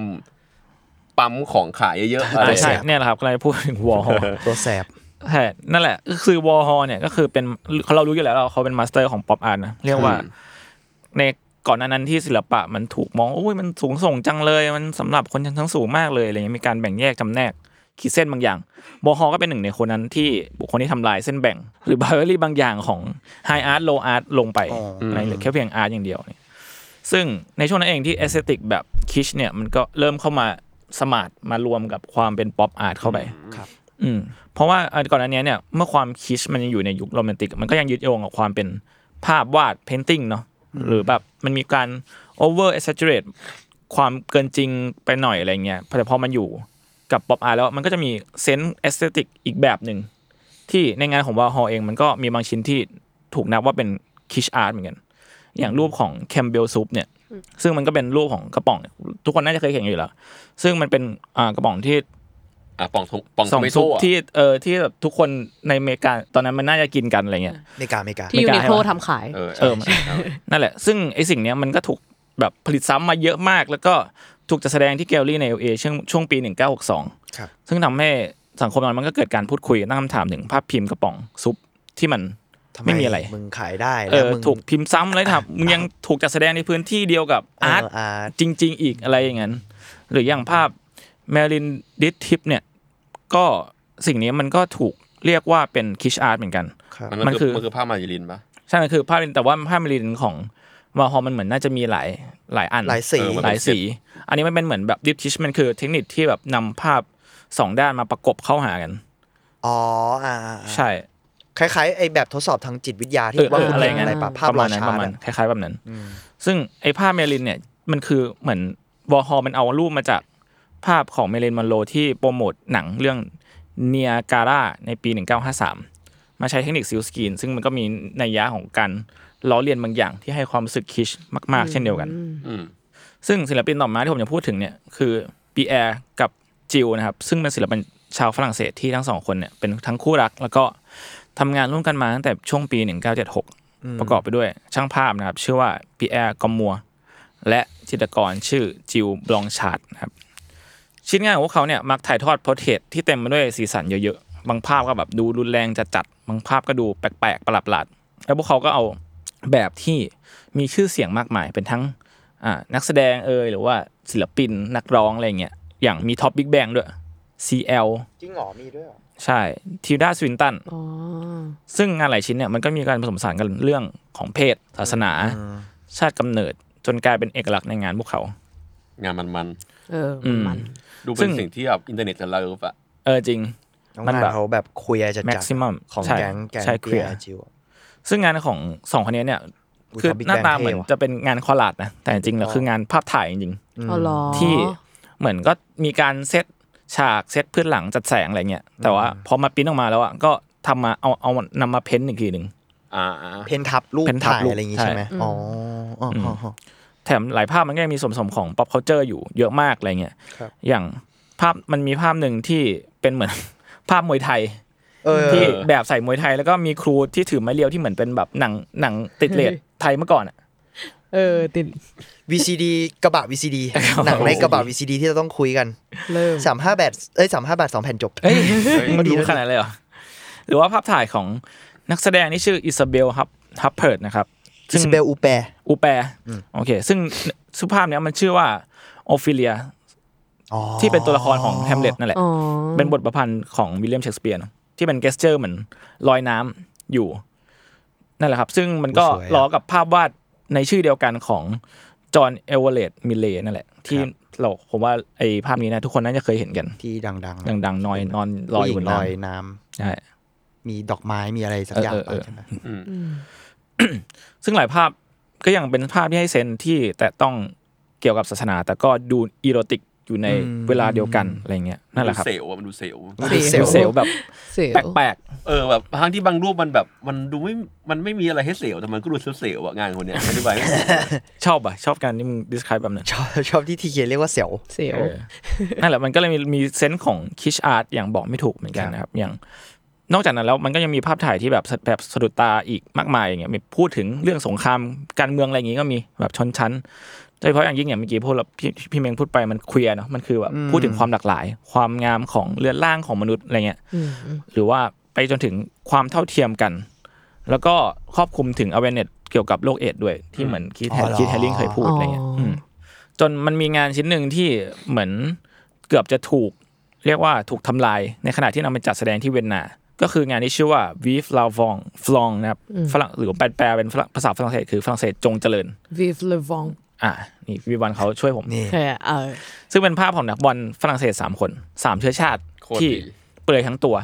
E: ปั๊มของขายเยอะๆอะไร
C: อ่าใช่
E: อย่างเงี้ย
C: เนี่ยแหละครับก็เลยพูดถึงวอล
D: ตัวแสบ
C: ใช่นั่นแหละก็คือวอลฮอเนี่ยก็คือเป็นเขาเรารู้อยู่แล้วเราเขาเป็นมาสเตอร์ของป๊อปอาร์ตนะเรียกว่าในก่อนหน้านั้นที่ศิลปะมันถูกมองโอ้ยมันสูงส่งจังเลยมันสำหรับคนชั้นสูงมากเลยอะไรเงี้ยมีการแบ่งแยกจำแนกขีดเส้นบางอย่างวอลฮอก็เป็นหนึ่งในคนนั้นที่บุคคลที่ทำลายเส้นแบ่ง หรือบาวเวอรี่บางอย่างของไฮอาร์ตโลอาร์ตลงไป
D: อ๋ออืม
C: ในเหลือแค่เพียงอาร์ตอย่างเดียวเนี่ยซึ่งในช่วงนั้นเองที่เอสเตติกแบบคิชเนี่ยมันก็เริ่มเข้ามาสมาร์ทมารวมกับความเป็นป๊อปอาร์ตเข้าไป อืมเพราะว่าอันก่อนอันเนี้ยเนี่ยเมื่อความคิชมันยังอยู่ในยุคโรแมนติก มันก็ยังยึดโยงกับความเป็นภาพวาดเพนติงเนาะหรือแบบมันมีการโอเวอร์เอ็กซ์เจรตความเกินจริงไปหน่อยอะไรเงี้ยแต่พอมันอยู่กับป๊อปอาร์แล้วมันก็จะมีเซนส์เอสเตติกอีกแบบหนึ่ง ที่ในงานของวาฮอเองมันก็มีบางชิ้นที่ถูกนับว่าเป็นคิชอาร์ตเหมือนกัน อย่างรูปของแคมเบลซุปเนี่ย ซึ่งมันก็เป็นรูปของกระป๋องเนี่ยทุกคนน่าจะเคยเห็นอยู่แล้ว ซึ่งมันเป็นอ่ากระป๋องที่
E: อ่ะปองทงปอง
C: สอง
E: ไม่
C: ซุป
E: โซ่อะ
C: ที่เออที่แบบทุกคนในอเมริกาตอนนั้นมันน่าจะกินกันอะไรเงี้ย
D: อเมริกาอเมริกา
F: ที่
C: ไม่
F: ยู
C: กล้า
F: นิ
C: ให้
F: โคล
C: วะ
F: ทำขาย
E: เออ
C: เออ
E: ใช่ใช่
C: นั่นแหละ ซึ่งไอสิ่งเนี้ยมันก็ถูกแบบผลิตซ้ำมาเยอะมาก แล้วก็ถูกจัดแสดงที่แกลลี่ใน LA ช่วงช่วงปี 1962
D: ครับ
C: ซึ่งทำให้สังคมมันมันก็เกิดการพูดคุยตั้งคำถามถึงภาพพิมพ์กระป๋องซุปที่มันไม่มีอะไร
D: มึงขายได้
C: เอ
D: แล้ว
C: อ
D: มึง
C: ถูกพิมพ์ซ้ำเลยครับมึงยังถูกจัดแสดงในพื้นที่เดียวกับ
D: เอา
C: ร์ต
D: ออาร์ต
C: จริง ๆ อีกอะไรอย่างนั้น หรืออย่างภาพแมรินดิสทิปเนี่ย ก็สิ่งนี้มันก็ถูกเรียกว่าเป็นคิชอาร์ตเหมือนกัน
D: ครับ
E: มันก็คือ
C: มันคือ
E: มันคือผ้ามาริลินปะ
C: ใช่มันคือภาพแต่ว่าภาพแมรินของวาฮอมันเหมือนน่าจะมีหลายหลายอัน
D: หลายสี
E: เออมัน
C: หลายสี อันนี้มันเป็นเหมือนแบบดิฟทิชมันคือเทคนิคที่แบบนำภาพสองด้านมาประกบเข้าหากัน
D: อ๋ออ่าอ่า
C: ใช่
D: คล้ายๆไอ้แบบทดสอบทางจิตวิทยา
C: เอ
D: ที่
C: อ
D: ว่า
C: เออ
D: คุณ
C: อะไร
D: เล่
C: อย่าน งนั้น
D: อะไรปะภาพ
C: ประมาณ
D: รา
C: นั้น
D: ชา
C: ประมาณ
D: อะ
C: คล้ายๆแบบนั้น ซึ่งไอ้ภาพเมรินเนี่ยมันคือเหมือนวอฮอมันเอารูปมาจากภาพของเมรินมอนโรที่โปรโมทหนังเรื่องเนียการ่าในปี 1953 มาใช้เทคนิคซิลสกรีน ซึ่งมันก็มีนัยยะของการล้อเลียนบางอย่างที่ให้ความรู้สึกคิชมาก ๆ เช่นเดียวกัน
E: อืม
C: ซึ่งศิลปินต่อมาที่ผมจะพูดถึงเนี่ยคือปีแอร์กับจิลนะครับ ซึ่งเป็นศิลปินชาวฝรั่งเศสที่ทั้งสองคนเนี่ยเป็นทั้งคู่รัก แล้วก็ทำงานร่วมกันมาตั้งแต่ช่วงปี 1976 ประกอบไปด้วยช่างภาพนะครับ ชื่อว่าปีแอร์กอมมัว และจิตรกรชื่อจิลบลองชาร์ดนะครับ ชิ้นงานของพวกเขาเนี่ยมักถ่ายทอดโพสเทรตที่เต็มไปด้วยสีสันเยอะๆ บางภาพก็แบบดูรุนแรงจัดๆบางภาพก็ดูแปลกๆ ประหลาดๆแล้วพวกเขาก็เอาแบบที่มีชื่อเสียงมากมาย เป็นทั้งอ่านักแสดงเอ่ยหรือว่าศิลปินนักร้องอะไรอย่างเงี้ยอย่างมีท็อปบิ๊กแบงด้วย CL
D: จริงเหรอมีด้วยเหรอ
C: ใช่ทิวดาสวินตัน
F: อ๋อ
C: ซึ่งงานหลายชิ้นเนี่ยมันก็มีการผสมผสานกันเรื่องของเพศ ศาสนา ชาติกำเนิดจนกลายเป็นเอกลักษณ์ในงานพวกเขา
E: งานมัน
F: เออ
C: อืม
F: มัน
E: ๆ ดู
C: ซึ่
E: เป็น
C: ง
E: สิ่งที่แบบอินเทอร์เน็ตจะเลิฟอะ
C: เออจริง มั
D: มัน น
C: แบบ
D: เขาแบบคุยอะไรจัด
C: maximum
D: ของ
C: ใช่
D: แก๊งแก๊ง
C: ใช่เค
D: เกี
C: ลี
D: ย
C: ยร์
D: ร์จิว
C: ซึ่งงานของสองคนนี้เนี่ย
D: อุ๊ย
C: คือ
D: เขา Big
C: หน้า
D: Bang
C: ตาเหมือน
D: เท่ว่ะ
C: จะเป็นงานคอลลาดนะ แต่จริงๆแล้วคืองานภาพถ่ายจริง
F: อ๋อเหรอ
C: ๆที่เหมือนก็มีการเซตฉากเซตพื้นหลังจัดแสงอะไรเงี้ยแต่ว่าพอมาปริ้นออกมาแล้วอ่ะก็ทำมาเอาเอานำมาเพ้นท์อีกทีหนึ่ง
E: อ่า
D: เพนทับรูป
C: เพนทับ
D: ถ่าย
C: รูป
D: อะไรอย่างงี้ใช่ไหม
C: ใช่
D: อ๋ออ๋ออ๋ออ๋อ
C: แถมหลายภาพมันก็ยังมีส่วนผสมของ pop culture อยู่เยอะมากอะไรเงี้ย
D: ครับ
C: อย่างภาพมันมีภาพหนึ่งที่เป็นเหมือน (laughs) ภาพมวยไทย
D: เออ
C: ที่แบบใส่มวยไทยแล้วก็มีครูที่ถือไม้เรียวที่เหมือนเป็นแบบหนังหนังติดเลทไทยเมื่อก่อนอะ
F: เออติด
D: VCD กระบะ VCD
C: (laughs)
D: หนังในกระบะ VCD ที่เราต้องคุยกัน
F: เริ่ม
D: สามห้าแบทเอ้ยสามห้าบาทสองแผ่นจบ
C: เอ้ย
D: เฮ้ย
C: มัน
D: ดี
C: ดู
D: นะ
C: ขนาดเลยเหรอ หรือว่าภาพถ่ายของนักแสดงที่ชื่ออิซาเบลฮับฮับเพิร์ดนะครับ
D: อิสเบลอูแปร
C: อูแปร
D: อืม
C: โอเค ซึ่งสุภาพเนี้ยมันชื่อว่าโอฟิเลีย
D: อ๋อ
C: ที่เป็นตัวละครของแฮมเล็ตนั่นแหละ
F: อ๋อ
C: เป็นบทประพันธ์ของวิลเลียมเชกสเปียร์เนอะที่เป็นเกสเจอร์เหมือนลอยน้ำอยู่นั่นแหละครับ ซึ่งมันก็ล้อกับภาพวาดในชื่อเดียวกันของจอห์นเอเวอเรตมิเลนั่นแหละ ที่เราผมว่าไอ้ภาพนี้นะทุกคนน่าจะเคยเห็นกัน
D: ที่ดังๆ
C: ดังๆนอยนอนลอยอยู่บน
D: ล
C: น้
D: อยน้
C: ำใช่
D: ำมีดอกไม้มีอะไรสัก
C: เออ
D: อย่าง
C: เออเออ
D: ใช่ไหม
C: ซึ่งหลายภาพก็ยังเป็นภาพที่ให้เซนส์ที่แต่ต้องเกี่ยวกับศาสนา แต่ก็ดูอีโรติกอยู่ในเวลาเดียวกันอะไรเงี้ยนั่นแหละครับ
E: เซลล์อะมันดูเซลล์
D: เซล
C: เซล
D: ล์
C: ล์แบบ
F: เสียว
C: แปลกๆ
E: เออแบบทั้งที่บางรูปมันแบบมันดูไม่มันไม่มีอะไรให้เซลล์แต่มันก็ดูเซลล์ๆอะงานคนเนี้ยอธิบายไม่ถูก
C: ชอบอะชอบการที่มึง describe แบบนั้น
D: ชอบชอบที่ทีเขียนเรียกว่าเซลล์
F: เสียว
C: นั่นแหละมันก็เลยมีมีเซนส์ของคิชอาร์ตอย่างบอกไม่ถูกเหมือนกันนะครับอย่างนอกจากนั้นแล้วมันก็ยังมีภาพถ่ายที่แบบสะแบบสะดุดตาอีกมากมายอย่างเงี้ยมีพูดถึงเรื่องสงครามการเมืองอะไรอย่างงี้ก็มีแบบชนชั้นโดยเฉพาะอย่างยิ่งอย่างเมื่อกี้พูดแล้วพี่พี่เมงพูดไปมันเคลียร์เนาะมันคือแบบพูดถึงความหลากหลาย ความงามของเรือนร่างของมนุษย์อะไรเงี้ยหรือว่าไปจนถึงความเท่าเทียมกัน แล้วก็ครอบคลุมถึง awareness เกี่ยวกับโรคเอดส์ด้วยที่เหมือนคิด
D: อ๋อเหรอ
C: คิดแฮร์ริงเคยพูดอะไรเงี้ยอืม จนมันมีงานชิ้นหนึ่งที่เหมือนเกือบจะถูก เรียกว่าถูกทำลายในขณะที่นำไปจัดแสดงที่เวียนนา ก็คืองานที่ชื่อว่า Vive la v o n f l o n นะครับฝรั่งหรือแปลเป็นฝรั่งภาษาฝรั่งเศสคือฝรั่งเศสจงเจริญ
F: vive le vent
C: อ่ะนี่วิวันเขาช่วยผม
D: นี่
F: แค่เออ
C: ซึ่งเป็นภาพของนักบอลฝรั่งเศส 3 คน 3 เชื้อชาติ
E: โคตรดี
C: ที่เปลือยทั้งตัว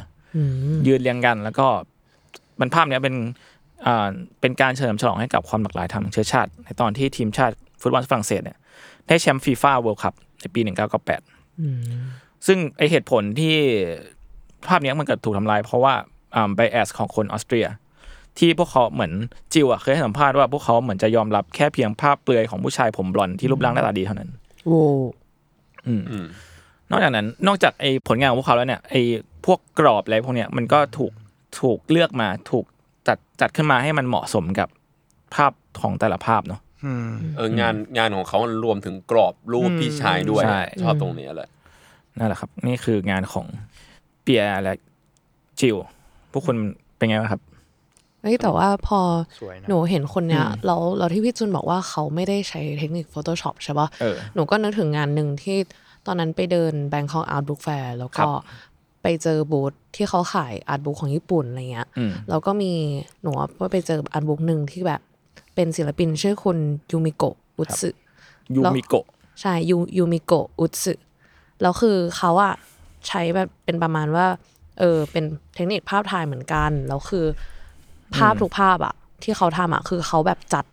C: ยืนเรียงกันแล้วก็มันภาพเนี้ยเป็นอ่าเป็นการเฉลิมฉลองให้กับความหลากหลายทางเชื้อชาติ ในตอนที่ทีมชาติฟุตบอลฝรั่งเศสเนี่ยได้แชมป์ฟีฟ่าเวิลด์คัพในปี 1998 ซึ่งไอเหตุผลที่ภาพเนี้ยมันเกิดถูกทำลายเพราะว่าไบแอสของคนออสเตรีย ที่พวกเขาเหมือนจิวอะเคยให้สัมภาษณ์ว่าพวกเขาเหมือนจะยอมรับแค่เพียงภาพเปลือยของผู้ชายผมบลอนด์ที่รูปร่างหน้าตาดีเท่านั้น
F: โว้
C: นอกจากนั้นนอกจากไอผลงานของพวกเขาแล้วเนี่ยไอพวกกรอบอะไรพวกเนี้ยมันก็ถูกถูกเลือกมาถูกจัดจัดขึ้นมาให้มันเหมาะสมกับภาพของแต่ละภาพเนาะ
E: เอองานงานของเขามันรวมถึงกรอบรูปที่ใช้ด้วย
C: ใช่
E: ชอบตรงเนี้ยแหละ
C: นั่นแหละครับ นี่คืองานของเปียร์และจิวพวกคุณเป็นไงบ้างครับ
F: เฮ้ยแต่ว่าพอ
D: สวยนะ
F: หนูเห็นคนเนี้ยแล้วแล้วที่พี่จุนบอกว่าเขาไม่ได้ใช้เทคนิค Photoshop ใช่ปะ
C: เออ
F: หนูก็นึกถึงงานหนึ่งที่ตอนนั้นไปเดิน Bangkok Art Book Fair แล้วก็ไปเจอบูธที่เขาขายอาร์ตบุ๊กของญี่ปุ่นอะไรเงี้ย
C: อืม
F: แล้วก็มีหนูว่าไปเจออาร์ตบุ๊กหนึ่งที่แบบ เป็นศิลปินชื่อคุณยูมิโกะอุตสึ
C: ยูมิโกะ
F: ใช่ยูยูมิโกะอุตสึแล้วคือเขาอะใช้แบบเป็นประมาณว่า เออ เป็นเทคนิคภาพถ่ายเหมือนกัน แล้วคือ ภาพทุกภาพอะที่เขาทำอะคือเขาแบบจัด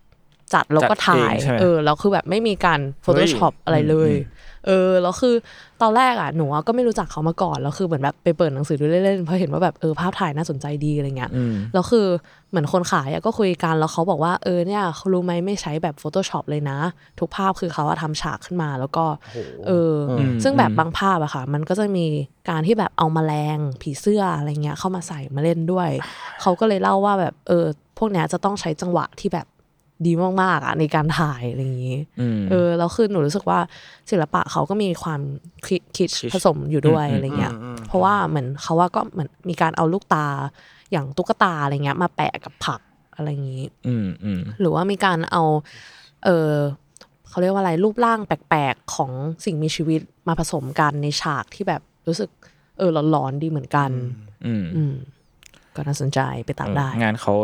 F: จัดแล้วก็ถ่าย
C: จัดเองใช่ไหม
F: เออ แล้วคือแบบไม่มีการ Photoshop
C: เฮ้ย
F: อะไรเลย
C: อืม
F: เออ แล้วคือตอนแรกอะหนูอะก็ไม่รู้จักเขามาก่อน แล้วคือเหมือนแบบไปเปิดหนังสือดูเล่นๆเพราะเห็นว่าแบบเออภาพถ่ายน่าสนใจดีอะไรเงี้ย
C: อืม
F: แล้วคือเหมือนคนขายอะก็คุยกันแล้วเขาบอกว่าเออเนี่ยรู้ไหมไม่ใช้แบบ Photoshop เลยนะ ทุกภาพคือเขาอะทำฉากขึ้นมาแล้วก็เอออ
C: ม
F: ซึ่งแบบ
C: อืม
F: บางภาพอะค่ะ มันก็จะมีการที่แบบเอาแมลงผีเสื้ออะไรเงี้ยเข้ามาใส่มาเล่นด้วย เขาก็เลยเล่าว่าแบบเออ พวกเนี้ยจะต้องใช้จังหวะที่แบบดีมากๆอะในการถ่ายอะไรอย่างนี้
C: อืม
F: เออแล้วคือหนูรู้สึกว่าศิลปะเขาก็มีความคิคิด
C: Kitsch
F: ผสมอยู่ด้วย
C: อืม
F: อะไรเงี้ย เพราะว่าเหมือนเขาว่าก็เหมือนมีการเอาลูกตาอย่างตุ๊กตาอะไรเงี้ย มาแปะกับผักอะไรอย่างนี้
C: อืมอืม
F: หรือว่ามีการเอา เออเขาเรียกว่าอะไรรูปร่างแปลกๆของสิ่งมีชีวิตมาผสมกันในฉากที่แบบรู้สึก เออหลอนๆดีเหมือนกัน
C: อืม
F: อืม ก็น่าสนใจไปตามได้
C: งานเขา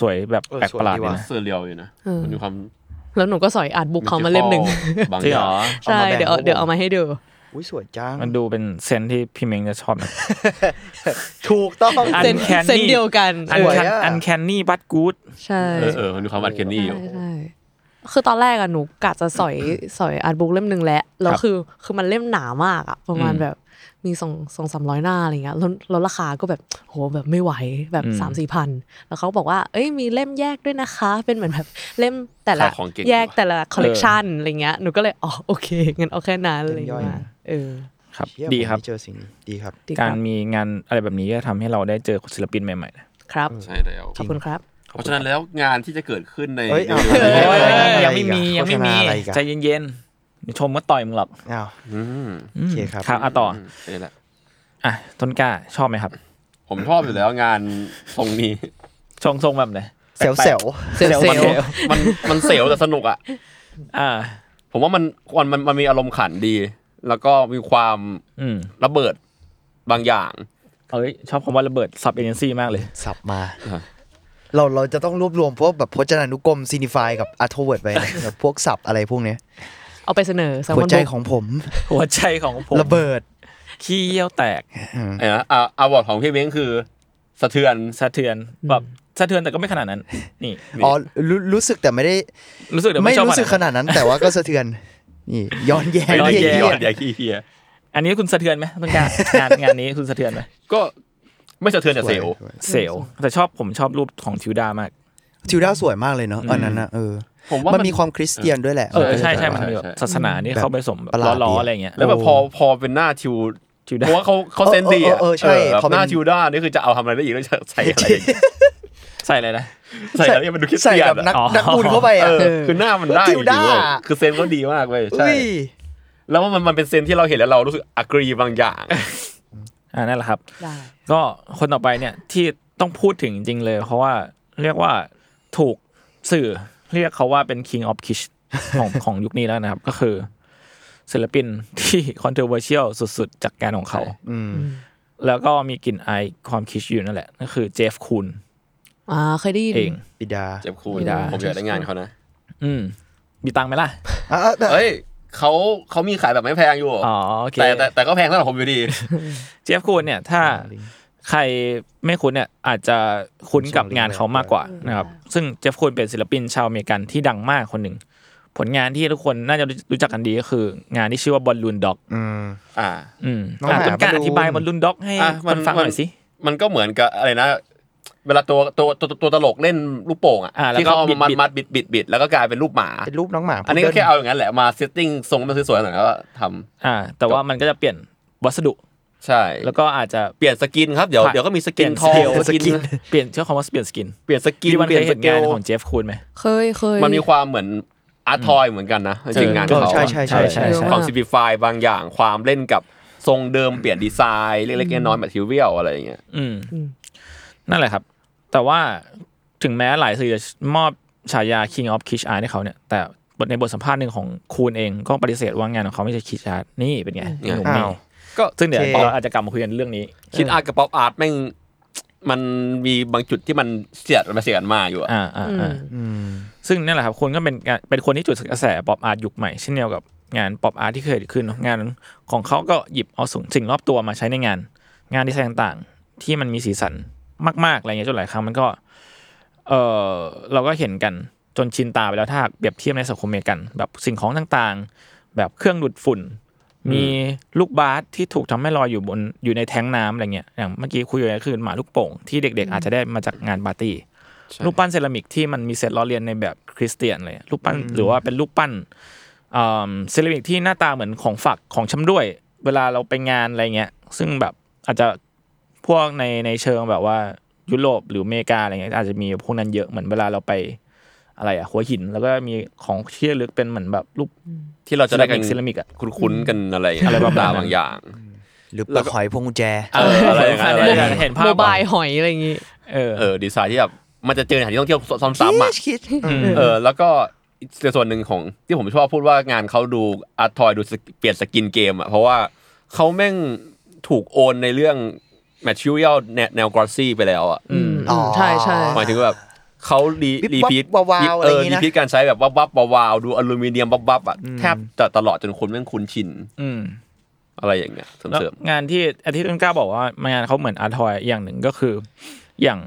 C: สวยแบบ
D: เออ
C: แปลกประหลาด
D: สวยดี
C: ดี
D: ว่ะ
C: นะ
E: เสื้อเรียวอยู่นะ
F: เออ
E: มันมีความ
F: แล้วหนูก็สอยอาร์ตบุ๊กเขามาเล่มหนึ่ง
E: บาง
C: จริง
E: อ
C: เหร
E: ย่าง
C: อ
F: ใช่
D: เอามาแบ่ง
F: เดี๋ยวเอา
D: ให้ผม
F: เดี๋ยวเอามาให้ดู
D: อุ้ยสวยจัง
C: มันดูเป็นเซนส์ที่พี่เม้งจะชอบนะ
D: ถูกต้อง
C: อัน
F: เซน
C: Uncanny
F: เซนเดียวกัน
C: อั
D: ส
C: น
D: วย
C: แค
D: อะ
C: นอันแคนนี่บัตกูด
F: ใช่
E: เออเออมันมีความวัดเคนนี่อยู่
F: ใช่ใช่คือตอนแรกอะหนูกะจะสอยสอยอาร์ตบุ๊กเล่มหนึ่งแหล้วแล้ว
C: ครับ
F: คือคือมันเล่มหนามากอะประมาณ
C: อืม
F: แบบมีสองสองสามร้อยหน้าอะไรเงี้ยแล้วแล้วราคาก็แบบโหแบบไม่ไหวแบบ
C: อืม
F: สามสี่พันแล้วเขาบอกว่า เอ้ยมีเล่มแยกด้วยนะคะ เป็นเหมือนแบบเล่มแต่ละ
E: ขายของเก่ง
F: แยกแต่ละคอลเลกชันอะไรเงี้ยหนูก็เลยอ๋อโอเคงั้นเอาแค่นั้นอะไร
D: เล่มย่อย
F: เงี้ย
D: นะ
F: เออ
C: ครับ
D: เชี่ย
C: ดีครับ
D: ผมไม่เจอสิ่งนี้ดีครับ
F: ดี
C: การ
F: คั
C: ร
F: บ
C: มีงานอะไรแบบนี้ก็ทำให้เราได้เจอศิลปินใหม่ๆนะครับ
E: ใช่แล้ว
F: ขอบคุณครับ
E: เพราะฉะนั้นแล้วงานที่จะเกิดขึ้นใน
D: เอ้ยเอา
E: เดือน
C: ยั
D: โย
E: นี้
C: งไม่มียังไม่มี
D: โฆษณาอะไรอีกอะ
C: ใจเย็นๆเดี๋ยวชมก็ต่อยมึงหรอก
D: อ้าว
E: อืม
C: อืม
D: โอเคครับ
C: ครับอ่ะต่ออ
E: นี่แหละ
C: อ่ะต้นกล้าชอบไหมครับ
E: ผมชอบอยู่แล้วงานทรงนี้
C: ทรงทรงแบบไหน
D: เซลเซล
F: เซลเซล
E: มันมันเสียวแต่สนุกอ่ะ
C: อ่า
E: ผมว่ามันมันมันมันมีอารมณ์ขันดี แล้วก็มีความ
C: อืม
E: ระเบิดบางอย่าง
C: เอ้ยชอบคำว่าระเบิดซับเอเจนซี่มากเลย
D: สับมา
E: อ่ะ
D: เราเราจะต้องรวบรวมพวกแบบพจนานุกรมซีนิฟายกับอาร์ทเวิร์ดไปนะแบบพวกสับอะไรพวกเนี้ย
F: เอาไปเสนอแซลม
D: หั
F: อ
D: วน ใจ
F: บุ๊ก
D: ของผม
C: หัวใจของผม
D: ระเบิด
C: ขี้เยี่ยวแตก
E: ไอ้นะอ่าอาบอร์ดของพี่เม้งคือ สะเทือน
C: สะเทือนแบบสะเทือนแต่ก็ไม่ขนาดนั้น นี่
D: อ๋อรู้รู้สึกแต่ไม่ได้
C: รู้สึกเดี๋ยว
D: ไม่
C: ไม่ชอบ
D: รู้สึกข
C: อันนั้น
D: นาดนั้น แต่ว่าก็สะเทือนนี่ย้อนแย้ง
C: ย้อนแย้ง
D: เหี้
E: ย
D: ย
E: อดใหญ่ขี้เพีย
C: อันนี้คุณสะเทือนไหมต้นก
D: (laughs)
C: ล้างานงานนี้คุณสะเทือนไหม
E: ก็ไม่สะเทือนแต่เสียว
C: เซลแต่ชอบผมชอบรูปของทิวดามาก
D: ทิวด้าสวยมากเลยเนาะอันนั้นนะเออ
E: ผมว่า
D: มัน
E: มัน
D: มีความคริสเตียนด้วยแหละ
C: เออใช่ใช่มันมี
E: ใช่
C: แบบ
E: ใช่
C: ศาสนานี่เข้าไปผสมแบบ
D: ประหลาด
C: ล้อๆ
D: ดีอะ
C: อะไรอย่างเงี้ย
E: แล้วแบบพอพอเป็นหน้าทิว
C: ทิวด้า
E: เพราะว่าเขาเขาเซนดีอ่ะ
D: เออเออเออใช่
E: แบบ
D: เขาเป็น
E: หน้าทิวด้านี่คือจะเอาทำอะไรได้อีกแล้วจะใส่อะไรอีก
C: ใส่อะไรนะ
E: ใส่อะไรมันดูคริส
D: ใส่
E: เตียน
D: แบบนั
E: อะ
D: กนักบุญเข้าไป
E: เอ
D: อ่ะ
E: อคือหน้ามันได้จ
D: ทิ
E: ริง
D: วด้า
E: ๆเว้ยคือเซนก็ดีมากเว้ยใช่
D: เฮ้ย
E: แล้วว่ามันมันเป็นเซนที่เราเห็นแล้วเรารู้สึกอักรีบางอย่าง
C: อ่านั่นแหละครับ ก็คนต่อไปเนี่ยที่ต้องพูดถึงจริงๆเลยเพราะว่าเรียกว่าถูกสื่อเรียกเขาว่าเป็น king of kitsch ของ ของยุคนี้แล้วนะครับ ก็คือศิลปินที่ controversial สุดๆ จากการของเขา
D: อืม
C: แล้วก็มีกลิ่นอายความคิชอยู่นั่นแหละนั่นคือเจฟคูน
F: อ่าเคยได้ยิน
C: เอง
D: ปิดา
E: เจ็บคูณ
C: ไม่ได้
E: ผมอยากได้งานเขานะ
C: อืมมีตังค์ไหมล่ะ
D: อ่ะอ่ะอ่ะ
E: (laughs) เฮ้ยเขาเขามีขายแบบไม่แพงอยู่
C: อ๋อโอเค
E: แต่แต่แต่ก็แพงสำหรับผมอยู่ (laughs) ดี
C: เจฟคูนเนี่ยถ้าใครไม่คุ้นเนี่ยอาจจะคุ้นกับงานเขามากกว่านะครับ ซึ่งเจฟคูนเป็นศิลปินชาวอเมริกันที่ดังมากคนหนึ่ง ผลงานที่ทุกคนน่าจะรู้จักกันดีก็คือ งานที่ชื่อว่าบอลลูนด็อก
D: อืม
E: อ่า
C: อืม
D: น้อง
C: อ่ะ
D: หมา
C: คุณกล้า
D: บอลลูน
C: อธิบายบอลลูนด็อกให้
E: อ่ะ
C: ค
E: มัน
C: นฟังหน่
E: มั
C: อย
E: น
C: สิ
E: มันก็เหมือนกับอะไรนะ เวลาตัวตัวตัวตัวตลกเล่นลูกโป่งอ่ะ
C: อ่าแล้วก็
E: ที่เขาเอา
C: บิ
E: มา
C: ด
E: มัด
C: บิด
E: มัดบิดบิดบิดแล้วก็กลายเป็นรูปหมา
D: เป็นรูปน้องหมา
E: อันนี้ก็แค่เอาอย่างนั้นแหละมาเซตติ้งทรงมันสวยๆหน่อยแล้วก็ท
C: อ่า แต่ว่ามันก็จะเปลี่ยนวัสดุ
E: ำใช่แล้
C: แล้ว วก็อาจจะ
E: เปลี่ยนสกินครับเดี๋ยว
C: ค่ะ
E: เดี๋ยวก็มีส
C: เป
E: กิ
C: ลี่ย
E: น
C: น
E: ทอง
C: เกล
E: สกิน
C: เปลี่ยนเชื่อคำว่าเปลี่ยนสกิน
E: เปลี่ยนสกิน
C: พี่วัน
E: เปลี่
C: เคย
E: ยนส
C: เห็น
E: เก
C: งาน
E: ล
C: ของเจฟคูนไหม
F: เคยเคย
E: มันมีความเหมือนอาร์ทอยเหมือนกันนะจริงๆงาน
D: เออ
E: เขา
D: ใช่ใช่ใช่
C: ใช่ใช่
E: ความซิลิฟายบางอย่างความเล่นกับทรงเดิมเปลี่ยนดีไซน์เล็กๆน้อยๆแบบทิวเวลอะไรอย่างเงี้ย
C: อืม
F: อืม
C: นั่นแหละครับ แต่ว่าถึงแม้หลายสื่อจะมอบฉายา King of Kish Art ให้เขาเนี่ย แต่บทในบทสัมภาษณ์หนึ่งของคูนเองก็ปฏิเสธว่างานของเขาไม่ใช่ Kish Art นี่เป็นไง
E: อืม
C: หนุ่ม
D: อ้า
C: นี่
D: ว
E: ก็
C: ซึ่งเดี๋ยว
D: โอเค
C: เราอาจจะกลับมาคุยกันเรื่องนี้
E: คิดอาร์ตกับป๊อปอาร์ตแม่งมันมีบางจุดที่มันเสียดกันมาเสียดกันมาอยู่อะ
C: อ่าอ่า
F: อื
C: อ่าม
D: อืม
C: ซึ่งนั่นแหละครับคุณก็เป็นงานเป็นคนที่จุดกระแสป๊อปอาร์ตยุคใหม่เช่นเดียวกับงานป๊อปอาร์ตที่เคยขึ้นเนอะงานของเขาก็หยิบเอาสิ่งรอบตัวมาใช้ในงาน งานดีไซน์ต่างๆ ที่มันมีสีสันมากๆอะไรเงี้ยจนหลายครั้งมันก็ เออเราก็เห็นกันจนชินตาไปแล้วถ้าหากเปรียบเทียบในสังคมอเมริกัน แบบสิ่งของต่างๆ แบบเครื่องดูดฝุ่น มีลูกบาสที่ถูกทำให้ลอยอยู่บนอยู่ในแท้งน้ำอะไรเงี้ยอย่างเมื่อกี้คุยกันก็คือหมาลูกโป่งที่เด็ก ๆ อาจจะได้มาจากงานปาร์ตี้รูปปั้นเซรามิกที่มันมีเศษล้อเลียนในแบบคริสเตียนเลยรูปปั้นหรือว่าเป็นรูปปั้นเอ่อเซรามิกที่หน้าตาเหมือนของฝักของชำด้วย เวลาเราไปงานอะไรเงี้ย ซึ่งแบบอาจจะ พวกในในเชิงแบบว่ายุโรปหรืออเมริกาอะไรเงี้ยอาจจะมีพวกนั้นเยอะเหมือนเวลาเราไปอะไรอะหัวหิน แล้วก็มีของเชี่ยลึกเป็นเหมือนแบบรูป
E: ที่เราจะได้กัน
C: เซรามิกอะ
E: คุ้นๆกันอะไรย่างเงี้ย
C: อะไรประมาณนั้น
E: บางอย่าง
D: หรือปลาหอยพวงกุญแจ
E: เอออะไรอย่างเงี้ยอะไรอย่างเงี้ย
C: เห็นภา
F: โม
C: พ
F: บายหอยอะไรอย่างงี้
C: เออ
E: เออดีไซน์ที่แบบมันจะเจอในสถานที่ท่องเที่ยวซ้ำๆอ่ะ
D: คิด
E: เออแล้วก็อีกส่วนหนึ่งของที่ผมชอบพูดว่างานเขาดูอาร์ทอยดูสกิเปลี่ยนสกินเกมอ่ะเพราะว่าเขาแม่ง ถูกโอนในเรื่อง material แนแนวกราซี่ไปแล้วอ่ะ
C: อืม
D: อ๋อ
F: ใช่ใช่
E: หมายถึงแบบเขารี
D: วิบวับ
E: รีพีท
D: วาวๆอะไรอ
E: เอ
D: ย่า
E: อง
D: งี้
E: รี
D: นะ
E: พีทการใช้แบบวับวับวาวๆดูอลูมิเนียมวับวับๆอ่ะแทบจะตลอดจนคนแม่งคุ้นชิน
C: อืม
E: อะไรอย่างเงี้ย
C: แล้ว
E: เสริม
C: งานที่อาทิตย์ต้นกล้าบอกว่างานเขาเหมือนอาร์ทอยอย่างหนึ่งก็คือ อย่าง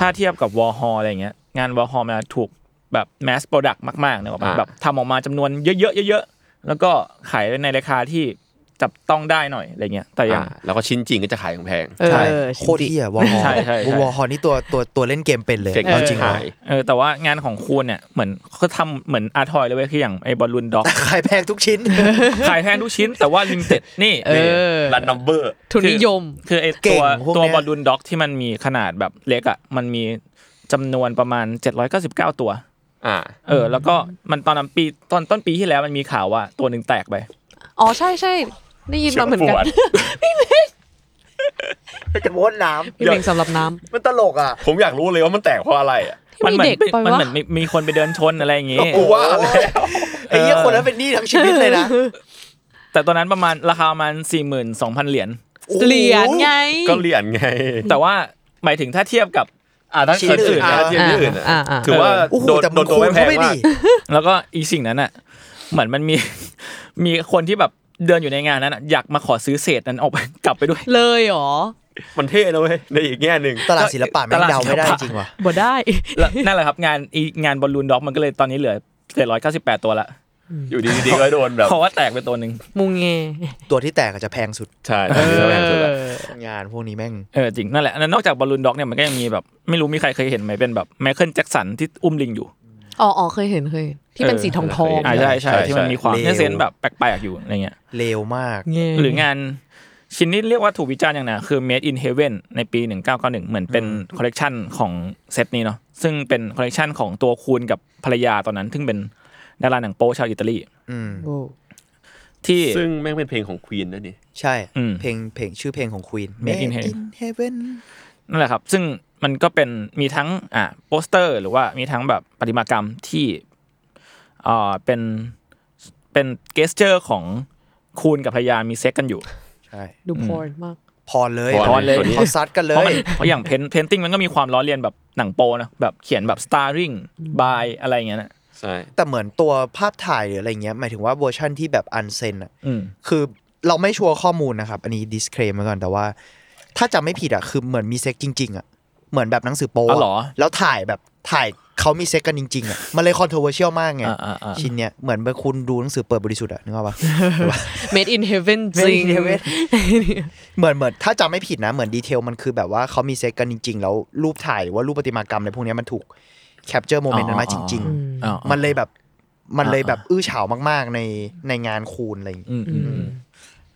C: ถ้าเทียบกับวอลฮอลอะไรอย่างเงี้ยงานวอลฮอลมันถูกแบบแมสโปรดักต์มากๆเนี่ยแบบทำออกมาจำนวนเยอะๆเยอะๆแล้วก็ขายในราคาที่จับต้องได้หน่อยอะไรเงี้ยแต่
E: ๆ
C: อย่า
E: อ่าง แล้วก็ชิ้นจริงก็จะขายแพง
F: เออ
D: ใช่
F: จริงๆ
D: โคตรเที่ยวอลฮอ
C: ใช่ใช่ใช่
D: วอลฮอนี่ตัวตัวตัวเล่นเกมเป็นเลย
E: เฟก
D: เอาจริงเหรอ
E: ขาย
C: เออแต่ว่างานของคุณเนี่ยเหมือนเขาทำเหมือนอาร์ทอยเลยเว้ยคืออย่างไอ้บอลลูนด็อก
D: ขายแพงทุกชิ้น
C: ขายแพงทุกชิ้น แต่ว่าลิมิเต็ดนี่
F: เออ
E: รันนัมเบอร์
F: ทุนนิยม
C: คือไอ
D: เก่
C: ตั
D: ง
C: ว
D: พวก
C: ตัว
D: เนี้ย
C: บอลลูนด็อกที่มันมีขนาดแบบเล็กอ่ะมันมีจำนวนประมาณ 799 ตัว
E: อ่า
C: เออ แล้วก็มันตอนนั้นปีตอนต้นปีที่แล้วมันมีข่าวว่าตัวหนึ่งแตกไป
F: อ๋อใช่ใช่ได้ยินมาเหมือนกัน
E: เชื่อมป
D: เป็น (laughs) กันว่นน้
F: พี่เมงสำหรับน้ำ
D: ำมันตลกอ่ะ
E: ผมอยากรู้เลยว่ามันแตกเพราะอะไรอ่ะ
C: มัเหมืน
F: มีเด็กไปวะ
C: มันเหมือนมีมีคนไปเดินชนอะไรอย่างงี้
E: กูว่าแล้ว
D: ไอ้เหี้ยคนนั้นเป็นหนี้ทั้งชีวิตเลยนะ
C: แต่ตอนนั้นประมาณราคาประมาณ 42,000 เหรียญ
F: เหรียญไง
E: ก็เหรียญไง
C: แต่ว่าหมายถึงถ้าเทียบกับ
E: อ่าถ้า
D: ชิ้
E: เกิ
D: น
E: ด
D: อื่น
E: อื่นนะที่อื่น
F: อ่าอ่า
E: ถือว่า
D: โอ้โห
E: โดน
D: แต่
E: โด
D: มึง
E: นตัว
D: คูณ
E: ไม่แพ
D: เขา
E: ง
D: ไม่
E: มา
D: ดี
E: ก
C: แล้วก็อีสิ่งนั้นอ่ะ เหมือนมันมี (laughs) มีคนที่แบบเดินอยู่ในงานนั้นอะอยากมาขอซื้อเศษนั้นออกไป (laughs) กลับไปด้วย
F: เลยเหรอ
E: มันเท่นะเว้ยในอีกแง่หนึ่ง
D: ตลาดศิลปะ
C: ต
D: แม่ง
C: ลาด
D: เดาไม่ได้
C: ศิลปะ
D: จริงว่ะ
F: บ่ได้
C: แล้วนั่นแหละครับงานอีงานบอลลูนด็อกมันก็เลยตอนนี้เหลือ798 ตัวละ
E: อยู่ดีๆก็โดนแบบ
C: เพราะว่าแตกไปตัวหนึ่ง
F: มุงเง
D: ตัวที่แตกอาจจะแพงสุด
E: ใช่ใช่ใช่ใช่
D: งานพวกนี้แม่ง
C: เออจริงนั่นแหละอันนั้นนอกจากบอลลูนด็อกเนี่ยมันก็ยังมีแบบ ไม่รู้มีใครเคยเห็นไหมเป็นแบบไมเคิลแจ็คสันที่อุ้มลิงอยู่
F: อ๋ออ๋อเคยเห็นเคยเห็นที่เป็น
C: เ
F: สีทองทอง
C: อ่าใช่ใช่
E: ใช่
C: ที่มันมีความ
D: เลว
C: เนี่ยเซนส์แบบแปลกๆอยู่อะไรเงี้ย
D: เลวมาก
F: เง
C: หรืองานชิ้นนี้เรียกว่าถูกวิจารณ์อย่างหนาคือ Made in Heaven ในปี 1991 เหมือนเป็นคอลเลกชันของเซตนี้เนาะซึ่งเป็นคอลเลกชันของตัวคูณกับภรรยาตอนนั้น ซึ่งเป็นดาราหนังโป๊ชาวอิตาลี
D: อืม
F: โอ้
C: ที่
E: ซึ่งแม่งเป็นเพลงของควีนด้วยนี่
D: ใช่
C: อืม
D: เพลงเพลงชื่อเพลงของ Queen
C: Made in Heaven
D: Heaven
C: นั่นแหละครับ ซึ่งมันก็เป็นมีทั้งอ่ะโปสเตอร์ หรือว่ามีทั้งแบบประติมากรรมที่เอ่อเป็นเป็นเกสเจอร์ของคูณกับภรรยามีเซ็กกันอยู่
D: ใช่
F: ดูพอร์นมาก
D: พรเลย
E: พรเลย
D: เขาซัดกันเล
C: เพราะมั
D: ย
C: นเพราะอย่างเพนเพนติ้งมันก็มีความล้อเลียนแบบหนังโปนะแบบเขียนแบบ starring by อะไรอย่างเงี้ยนะ
E: ใช่
D: แต่เหมือนตัวภาพถ่ายหรืออะไรเงี้ยหมายถึงว่าเวอร์ชั่นที่แบบอันเซนอ่ะ
C: อืม
D: คือเราไม่ชัวร์ข้อมูลนะครับ อันนี้ disclaim ไว้ก่อนแต่ว่า ถ้าจำไม่ผิดอ่ะคือเหมือนมีเซ็กจริง ๆอ่ะเหมือนแบบหนังสือโป๊ะ
C: อ๋อเหรอ
D: แล้วถ่ายแบบถ่ายเขามีเซ็กกันจริงๆอ่ะมันเลย controversial มากไง
C: อ่าอ่าอ่า
D: ชิ้นเนี้ยเหมือนเมื่อคุณดูหนังสือเปิดบริสุทธิ์อ่ะนึกออกปะ
F: made in heaven จ
D: Made
F: ริง
D: in
F: (laughs)
D: Heaven เหมือนเหมือนถ้าจำไม่ผิดนะเหมือนดีเทลมันคือแบบว่าเขามีเซ็กกันจริง ๆ แล้วรูปถ่ายหรือว่ารูปประติมากรรมอะไรพวกเนี้ยมันถูก capture moment นั้นมาจริง
C: อ๋ออ๋ออ๋อ
D: ๆ มันเลยแบบมันเลยแบบอื้อฉาวมากๆในในงานคูณอะไรอย่างงี้
C: อืมอืมอืม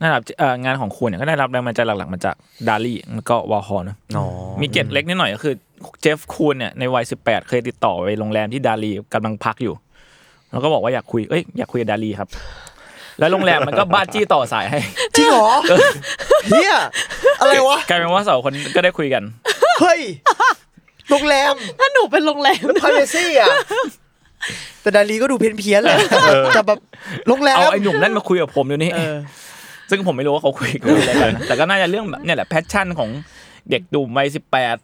C: นั่นแหละครับเอ่องานของคูณเนี่ยก็ได้รับแรงบันดาลใจหลักๆมาจากดาลี่แล้วก็วอลฮอลนะ
D: อ๋อ
C: มีเกร็ดเล็กนิดหน่อยก็คือเจฟคูนเนี่ยในวัย 18 เคยติดต่อไปโรงแรมที่ดาลีกำลังพักอยู่ แล้วก็บอกว่าอยากคุยเอ้ยอยากคุยกับดาลีครับ แล้วโรงแรมมันก็บ้าจี้ต่อสายให้ (laughs)
D: จริงเหรอเฮียอะไรวะ
C: กลายเป็นว่าสองคนก็ได้คุยกัน
D: เฮ้ย โรงแรม
F: ถ้าหนูเป็นโรงแรม
D: พาเลซี่อ่ะ แต่ดาลีก็ดูเพี้ยนเพียนๆแหละแต่แบบโรงแรม
C: เอาไอ้หนุ่มนั่นมาคุยกับผมเดี๋ยวนี้ซึ่งผมไม่รู้ว่าเขาคุยกันอะไร (laughs) กันนะแต่ก็น่าจะเรื่องแบบเนี่ยแหละแพชชั่นของเด็กดุ่มวัย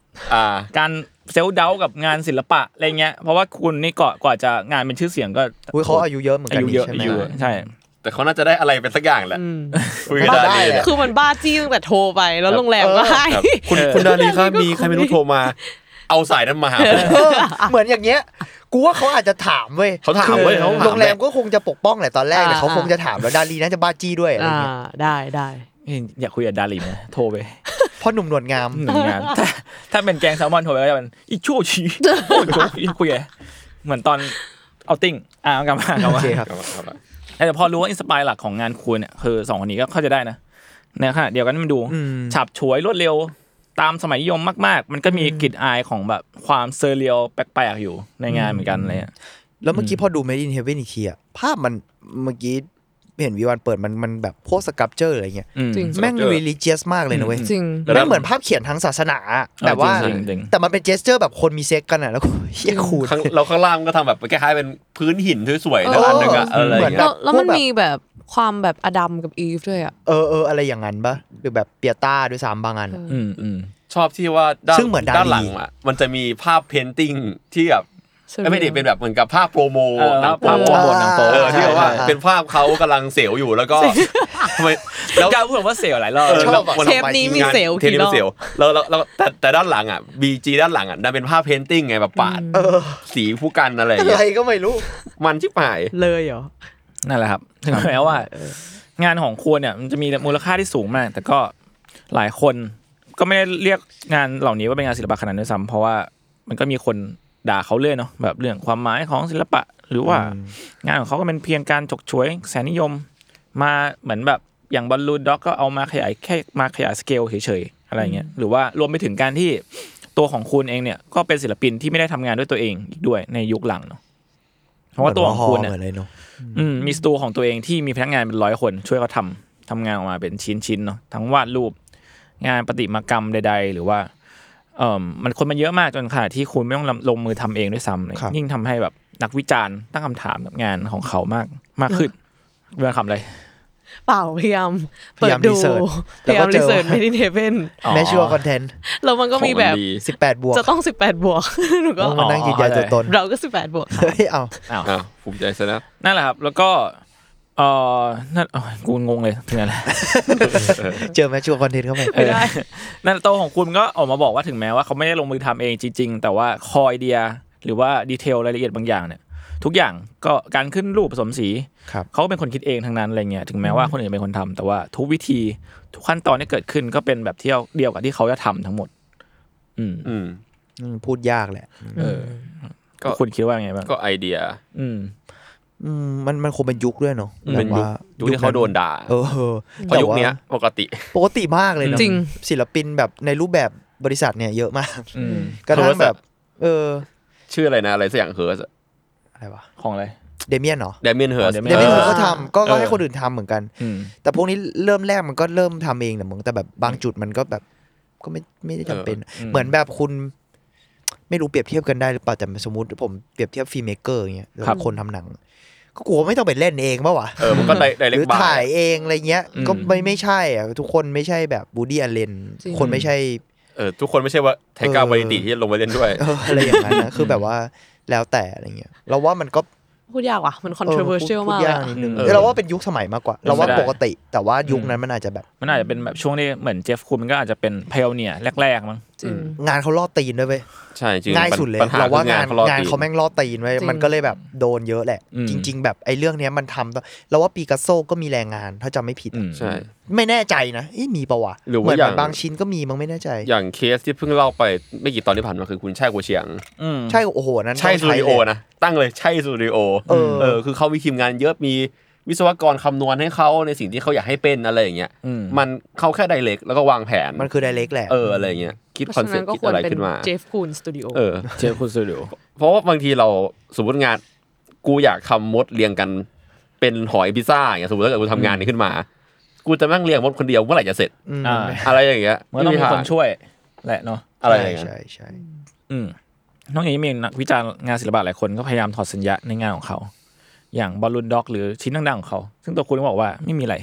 C: 18
E: อ่า
C: การเซลล์เดากับงานศิลปะอะไรเงี้ยเพราะว่าคุณนี่ก่อนกว่าจะงานเป็นชื่อเสียงก็
D: อุ้ยเขาอายุเยอะเหมือน
C: อา
D: กัน
C: ยุ
D: นี่
C: เยอะ
D: ใช่
C: อายุเย
D: ไหม
C: อะใช่
E: แต่เขาน่าจะได้อะไรเป็นสักอย่างแหละคุยกัน
D: บ้า
E: ได้
D: ได้
E: เลย
D: เลย
E: เนี่ย
F: คือมันบ้าจี้ตั้งแต่โทรไปแล้วโรงแรมก็ให้
E: ครับคุณคุณดาลีครับมีใครไม่รู้โทรมา เอาสายนั้นมาหาผม
D: เออ เหมือนอย่างเงี้ย กูว่าเขาอาจจะถามเว้ย
E: เขาถามเว้ยเขาถาม
D: โรงแรมก็คงจะปกป้องแหละตอนแรกแต่
F: อ่า
D: เขาคงจะถามแล้วดาลีน่าจะบ้าจี้ด้วยอะไร
F: อ่า
D: เงี้ย
F: ได้ได้
C: เฮ้ยอยากคุยกับดาลีไหมโทรไป
D: เพ่อหนุ่มหนวดงาม
C: หนึ่งงาน (laughs) ถ้าถ้าเป็นแกงแซลมอนโทรไปก็จะเป็นอีชั่วชี (laughs) โอ้ยโอ้ยคุยอะเหมือนตอนเอาติ้งอ่ะเอากลั (laughs) บมากลับ
D: โอ
C: มา
D: เคครับ
E: เอาละเอาละ
C: แต่พอรู้ว่าอินสปายหลักของงานคูณเนี่ยคือสองคนนี้ก็เข้าใจได้นะในขณะเดียวกันมันดูฉับฉวยรวดเร็วตามสมัยนิยมมากๆ มันก็มีกลิ่นอายของแบบความเซอร์เรียลแปลกๆอยู่ในงานเหมือนกันอะไรเลย
D: แล้วเมื่อกี้พอดู Made in Heaven อีกทีอะภาพมันเมื่อกี้เห็นวิวันเปิดมันมันแบบพวกสกับเจออะไรเงี้ย
C: อืม
F: จริง
D: แม่ง religious มากเลยนะเว้ย
F: จริง
D: ไม่เหมือนภาพเขียนทางศาสนาอะ
C: เออ
D: แบบว่า
C: จริงๆจริงๆ
D: แต่มันเป็นเจสเจอร์แบบคนมีเซ็กกันอ่ะ แล้วก็เฮียคู (laughs) ณ
E: ข้างเราข้างล่างก็ทำแบบคล้ายๆเป็นพื้นหินสวยๆ
F: เอ
E: นะ
F: ออั
E: อันหนึ่งอะอะไรอ
D: เหมื
E: ย่า
D: อน
E: ง
D: แบ
E: เงี้
D: บ
E: ย
F: แล้วมันมีแบบ ความแบบอดัมกับอีฟด้วยอ่ะ
D: เออเอออะไรอย่างนั้นปะหรือแบบเปียต้าด้วยซ้ำบางอัน
F: เออ
C: อืมอืม
E: ชอบที่ว่าด้าน
D: ซึ่งเหมือนดาลี
E: ด้านหลังอ่ะมันจะมีภาพเพนติ้งที่แบบ
F: surreal
E: เอ้ยไม่ได้เป็นแบบเหมือนกับภาพโปรโมหนังโปร
C: ภาพ
E: โม
C: โปรโมทหนังโป๊
E: เออที่แบบว่า
D: ใช่
E: เป็นภาพเขากำลังเสียวอยู่แล้วก็ทำไมแล้ว
C: กล้าพูดว่าเสียวหลายรอบ
E: เออ
D: ชอบ
E: แล้ว
D: อะ
E: วัน
F: เทปนี้มีเซลล์
E: เทปนี้
F: กี่ร
E: มี
F: อบ
E: เซลล์แล้วแล้วแล้วแต่แต่ด้านหลังอ่ะบีจีด้านหลังอ่ะดันเป็นภาพเพนติ้งไงแบบปาด
D: เออ
E: สีผู้กันอะไรอย่าง
D: อะ
E: เงี้
D: ไร
E: ย
D: ก็ไม่รู้
E: มันชิบหาย
F: เลยเหรอ
C: นั่นแหละครับถึงแม้ว่า งานของครัวเนี่ยมันจะมีมูลค่าที่สูงมาก แต่ก็หลายคนก็ไม่ได้เรียกงานเหล่านี้ว่าเป็นงานศิลปะขนาดนั้นด้วยซ้ำเพราะว่ามันก็มีคนด่าเขาเรื่อยเนาะแบบเรื่องความหมายของศิลปะ หรือว่างานของเขาก็เป็นเพียงการจกฉวยแสนนิยม มาเหมือนแบบอย่างบอลลูนด็อกก็เอามาขยายแค่มาขยายสเกลเฉยๆอะไรเงี้ยหรือว่ารวมไปถึงการที่ตัวของคุณเองเนี่ยก็เป็นศิลปินที่ไม่ได้ทำงานด้วยตัวเองอีกด้วยในยุคหลังเนาะเพราะว่าตัวของคุณเนี่ย
D: เหมือนเลยเนาะ
C: อืมมีสตูของตัวเองที่มีพนักงานเป็นร้อยคน ช่วยเขาทำทำงานออกมาเป็นชิ้นๆเนาะทั้งวาดรูป งานประติมากรรมใด ๆ หรือว่าเอ่มมันคนมันเยอะมากจนขนาดที่คุณไม่ต้องลำลงมือทำเองด้วยซ้ำเลยยิ่งทำให้แบบนักวิจารณ์ตั้งคำถามกับงานของเขามากมากขึ้นเวลาทำอะไร
F: เปล่าพยายาม
D: พ
F: เปิด
D: ยายาม
F: ดู
D: research
F: พยายาม
D: แล้วก็เจ
F: รี
D: อ
F: เสิร์ชไม่ได้เทเว่น
C: อ๋อ
D: แมชชัวร์คอนเทนต์
F: แล้วมันก็มีแบบ
E: ของมันดี
D: สิบแปดบวก
F: จะต้อง 18 บวก (laughs) หนูก็
D: ต้องมานั่งยืนยันตัวตน
F: เราก็ 18 บวกค่ะ
D: เฮ้ยเอา
C: อ้าว
E: อ่ะภูมิใจซะนะ
C: นั่นแหละครับ แล้วก็เออนั่นโอ้ยกูงงเลยถึงอะไร
D: เจอแมชชัวร์คอนเทนต์เข้าไป
C: ไม่ได้ นั่นโตะของคุณก็ออกมาบอกว่าถึงแม้ว่าเขาไม่ได้ลงมือทำเองจริงๆ แต่ว่าคอยเดียหรือว่าดีเทลรายละเอียดบางอย่างเนี่ย ทุกอย่างก็การขึ้นรูปผสมสี
D: ครับ
C: เขาเป็นคนคิดเองทั้งนั้นอะไรเงี้ยถึงแม้ว่าคนอื่นจะเป็นคนทำแต่ว่าทุกวิธีทุกขั้นตอนที่เกิดขึ้นก็เป็นแบบเที่ยวเดียวกับที่เขาจะทำทั้งหมด อืม
E: อืม
D: อืมพูดยากแหละ
E: เออ ก็
C: คุณคิดว่าไงบ้าง
E: ก็ไอเดีย
C: อืม
D: อืมมันมันคงเป็นยุคด้วยเนาะ
C: อืม
D: แบบว่า
E: ยุคที่เขาโดนด่า
D: เออ
E: เพราะยุคเนี้ย
D: แต่ว่
E: ปกติ
D: าปกติมากเลยนะ
F: จริง
D: ศิลปินแบบในรูปแบบบริษัทเนี่ยเยอะมาก
C: อืม
D: กระทั่งแบบ
E: โทรศัพท์
D: เออ
E: ชื่ออะไรนะอะไรสักอย่างเฮิร์ส
D: อะไรวะ
C: ของอะไร
D: เดเมียนเหรอ
E: เดมิเอนเฮิร์ส
C: อ๋อ
D: เดเมียน
F: เออ
D: เขาก็ทำก็ก็ให้
E: เออ
D: คนอื่นทำเหมือนกัน
C: อืม
D: แต่พวกนี้เริ่มแรกมันก็เริ่มทำเองนะมึงแต่แบบบางจุดมันก็แบบ ก็ไม่ไม่ได้จำเป็น
C: อืม
D: เหมือนแบบคุณ ไม่รู้เปรียบเทียบกันได้หรือเปล่าแต่สมมติผมเปรียบเทียบฟิล์มเมกเกอร์อย่างเงี้ยแล้วคนทำหนัง ก็กลัวไม่ต้องไปเล่นเองปะวะ
E: เออมันก็ได
D: ห
E: เล็ก
D: รือ
E: บ้า
D: ถ่ายเองอะไรเงี้ย
C: อืม
D: ก็ไม่ไม่ใช่อะทุกคนไม่ใช่แบบบูดี้อเลน
F: จริง
D: คนไม่ใช่
E: เออทุกคนไม่ใช่ว่าไทก้า
D: เออ
E: บริติที่จะลงไปเล่นด้วย
D: เอออะไรอย่างนั้นนะคือแบบว่าแล้วแต่อะไรเงี้ยเราว่ามันก็
F: พูดยากว่ะ มัน
D: เออพูด
F: controversial
D: พู
F: มา
D: ด
F: กเลย
D: ยาก
F: อะ
D: นิดนึง
E: เออ
D: เราว่าเป็นยุคสมัยมากกว่า เราว่าปกติแต่ว่ายุคนั้นมันอาจจะแบบ
C: มันอาจจะเป็นแบบช่วงที่เหมือนเจฟคุณก็อาจจะเป็นพเนียแรกๆมั้ง
F: จริง
D: งานเขาล่อตีนด้วยเว้ย
E: ใช่จริง
D: ง่ายสุดเลย
E: ปัญหา
D: เรา
E: คืองาง
D: ว่าาน น
E: เขาลอก
D: งาน
E: ตีน
D: เขาแม่งล่อตีนไว้ย
F: จริง
D: มันก็เลยแบบโดนเยอะแหละ
C: อืม
D: จริง ๆ แบบไอ้เรื่องเนี้ยมันทำตอนเราว่าปีกัสโซก็มีแรงงานถ้าจำไม่ผิด
C: อืม
E: ใช่
D: ไม่แน่ใจนะเอ๊ะมีปะวะ
E: หรือ
D: เหมื
E: ว่า
D: อน
E: อย่าง
D: บางชิ้นก็มีมั้งไม่แน่ใจ
E: อย่างเคสที่เพิ่งเล่าไปไม่กี่ตอนที่ผ่านมาคือคุณแช่กัวเฉียง
C: อืม
D: ใช่โอ้โหนั้น
E: ใช่สตูดิโอนะตั้งเลยใช่สตูดิโอ
D: เออ
E: เออคือเขามีทีมงานเยอะมีวิศวกรคำนวณให้เขาในสิ่งที่เขาอยากให้เป็นอะไรอย่างเงี้ย
C: อืม
E: มันเขาแค่ไดเรกแล้วก็วางแผน
D: มันคือไดเรกแหละ
E: เอออะไรอย่างเงี้ยคิด
F: เพ
E: ค
F: ราะ
E: อน
F: ฉะ
E: เซ็
F: นั้
E: ป
F: น
E: ต์
F: ก็
E: คิด
F: ควร
E: อะไร
F: เป็น
E: ขึ้นมา
F: เจฟคูนสตูดิโอ
E: เออ
C: เจฟคุณสตูดิโอ
E: เพราะว่าบางทีเราสมมติงานกูอยากทำมดเรียงกันเป็นหอยพิซซ่าอย่างเงี้ยสมมติถ้าเกิดกูทำงานนี้ขึ้นมา กูจะนั่งเรียงมดคนเดียวเมื่อไหร่จะเสร็จ
C: อ่า
E: อะไรอย่างเงี้ย
C: มันก็ต้องมีคนช่วย แหละเนาะ
E: อะไรอ
D: ใช่
E: ย่าง
D: ใช่
E: เงี้ย
D: ใช่
C: อืมนอกจากนี้มีนักวิจารณ์งานศิลปะหลายคนก็พยายามถอดสัญญาในงานของเขา อย่างบอลลูนด็อกหรือชิ้นดังๆของเขา ซึ่งตัวคุณก็บอกว่าไม่มีอะไร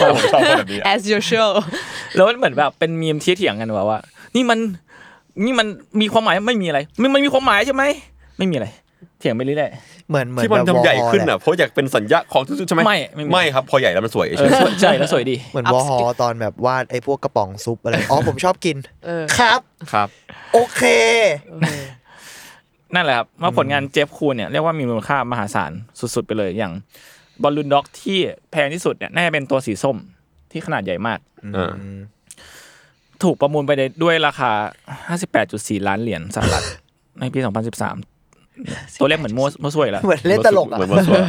E: ผมชอบคนแบบนี้
F: as usual
C: แล้วมันเหมือนแบบเป็นมีมที่เถียงกันว่าว่า นี่มันนี่มันมีความหมายไม่มีอะไร มันมันมีความหมายใช่ไหม ไม่มีอะไร เถียงไปเรื่อย
D: เหมือนเหมือน
E: ที่มัน
D: แบบ
E: ทำใหญ่
D: วอล
E: ขึ้น
D: แหละ
E: อ่ะเพราะอยากเป็นสัญญาของทุกๆใช่ไหม
C: ไม่ไม่มี
E: ไม่ครับพอใหญ่แล้วมันสวย
C: ๆเอ
E: เฉ
C: อย (laughs) สวยใช่แล้วสวยดี
D: เหมือนวอฮอตอนแบบวาดไอ้พวกกระป๋องซุปอะไร อ๋อ ผมชอบกิน
F: เออ
D: ครับ
E: ครับ
D: โอเค
C: นั่นแหละครับว่าผลงานเจฟคูนเนี่ยเรียกว่ามีมูลค่ามหาศาลสุดๆไปเลยอย่างบอลลูนด็อกที่แพงที่สุดเนี่ยน่าจะเป็นตัวสีส้มที่ขนาดใหญ่มาก
E: เออ
C: ถูกประมูลไปได้ด้วยราคา 58.4 ล้านเหรียญสห
D: (laughs)
C: รัฐ ในปี 2013 ตัวเลขเหมือนมั่วมั่วซวยแล้ว
D: เหมือนเล่นตลกอ่ะ
E: เหมือนมันสวย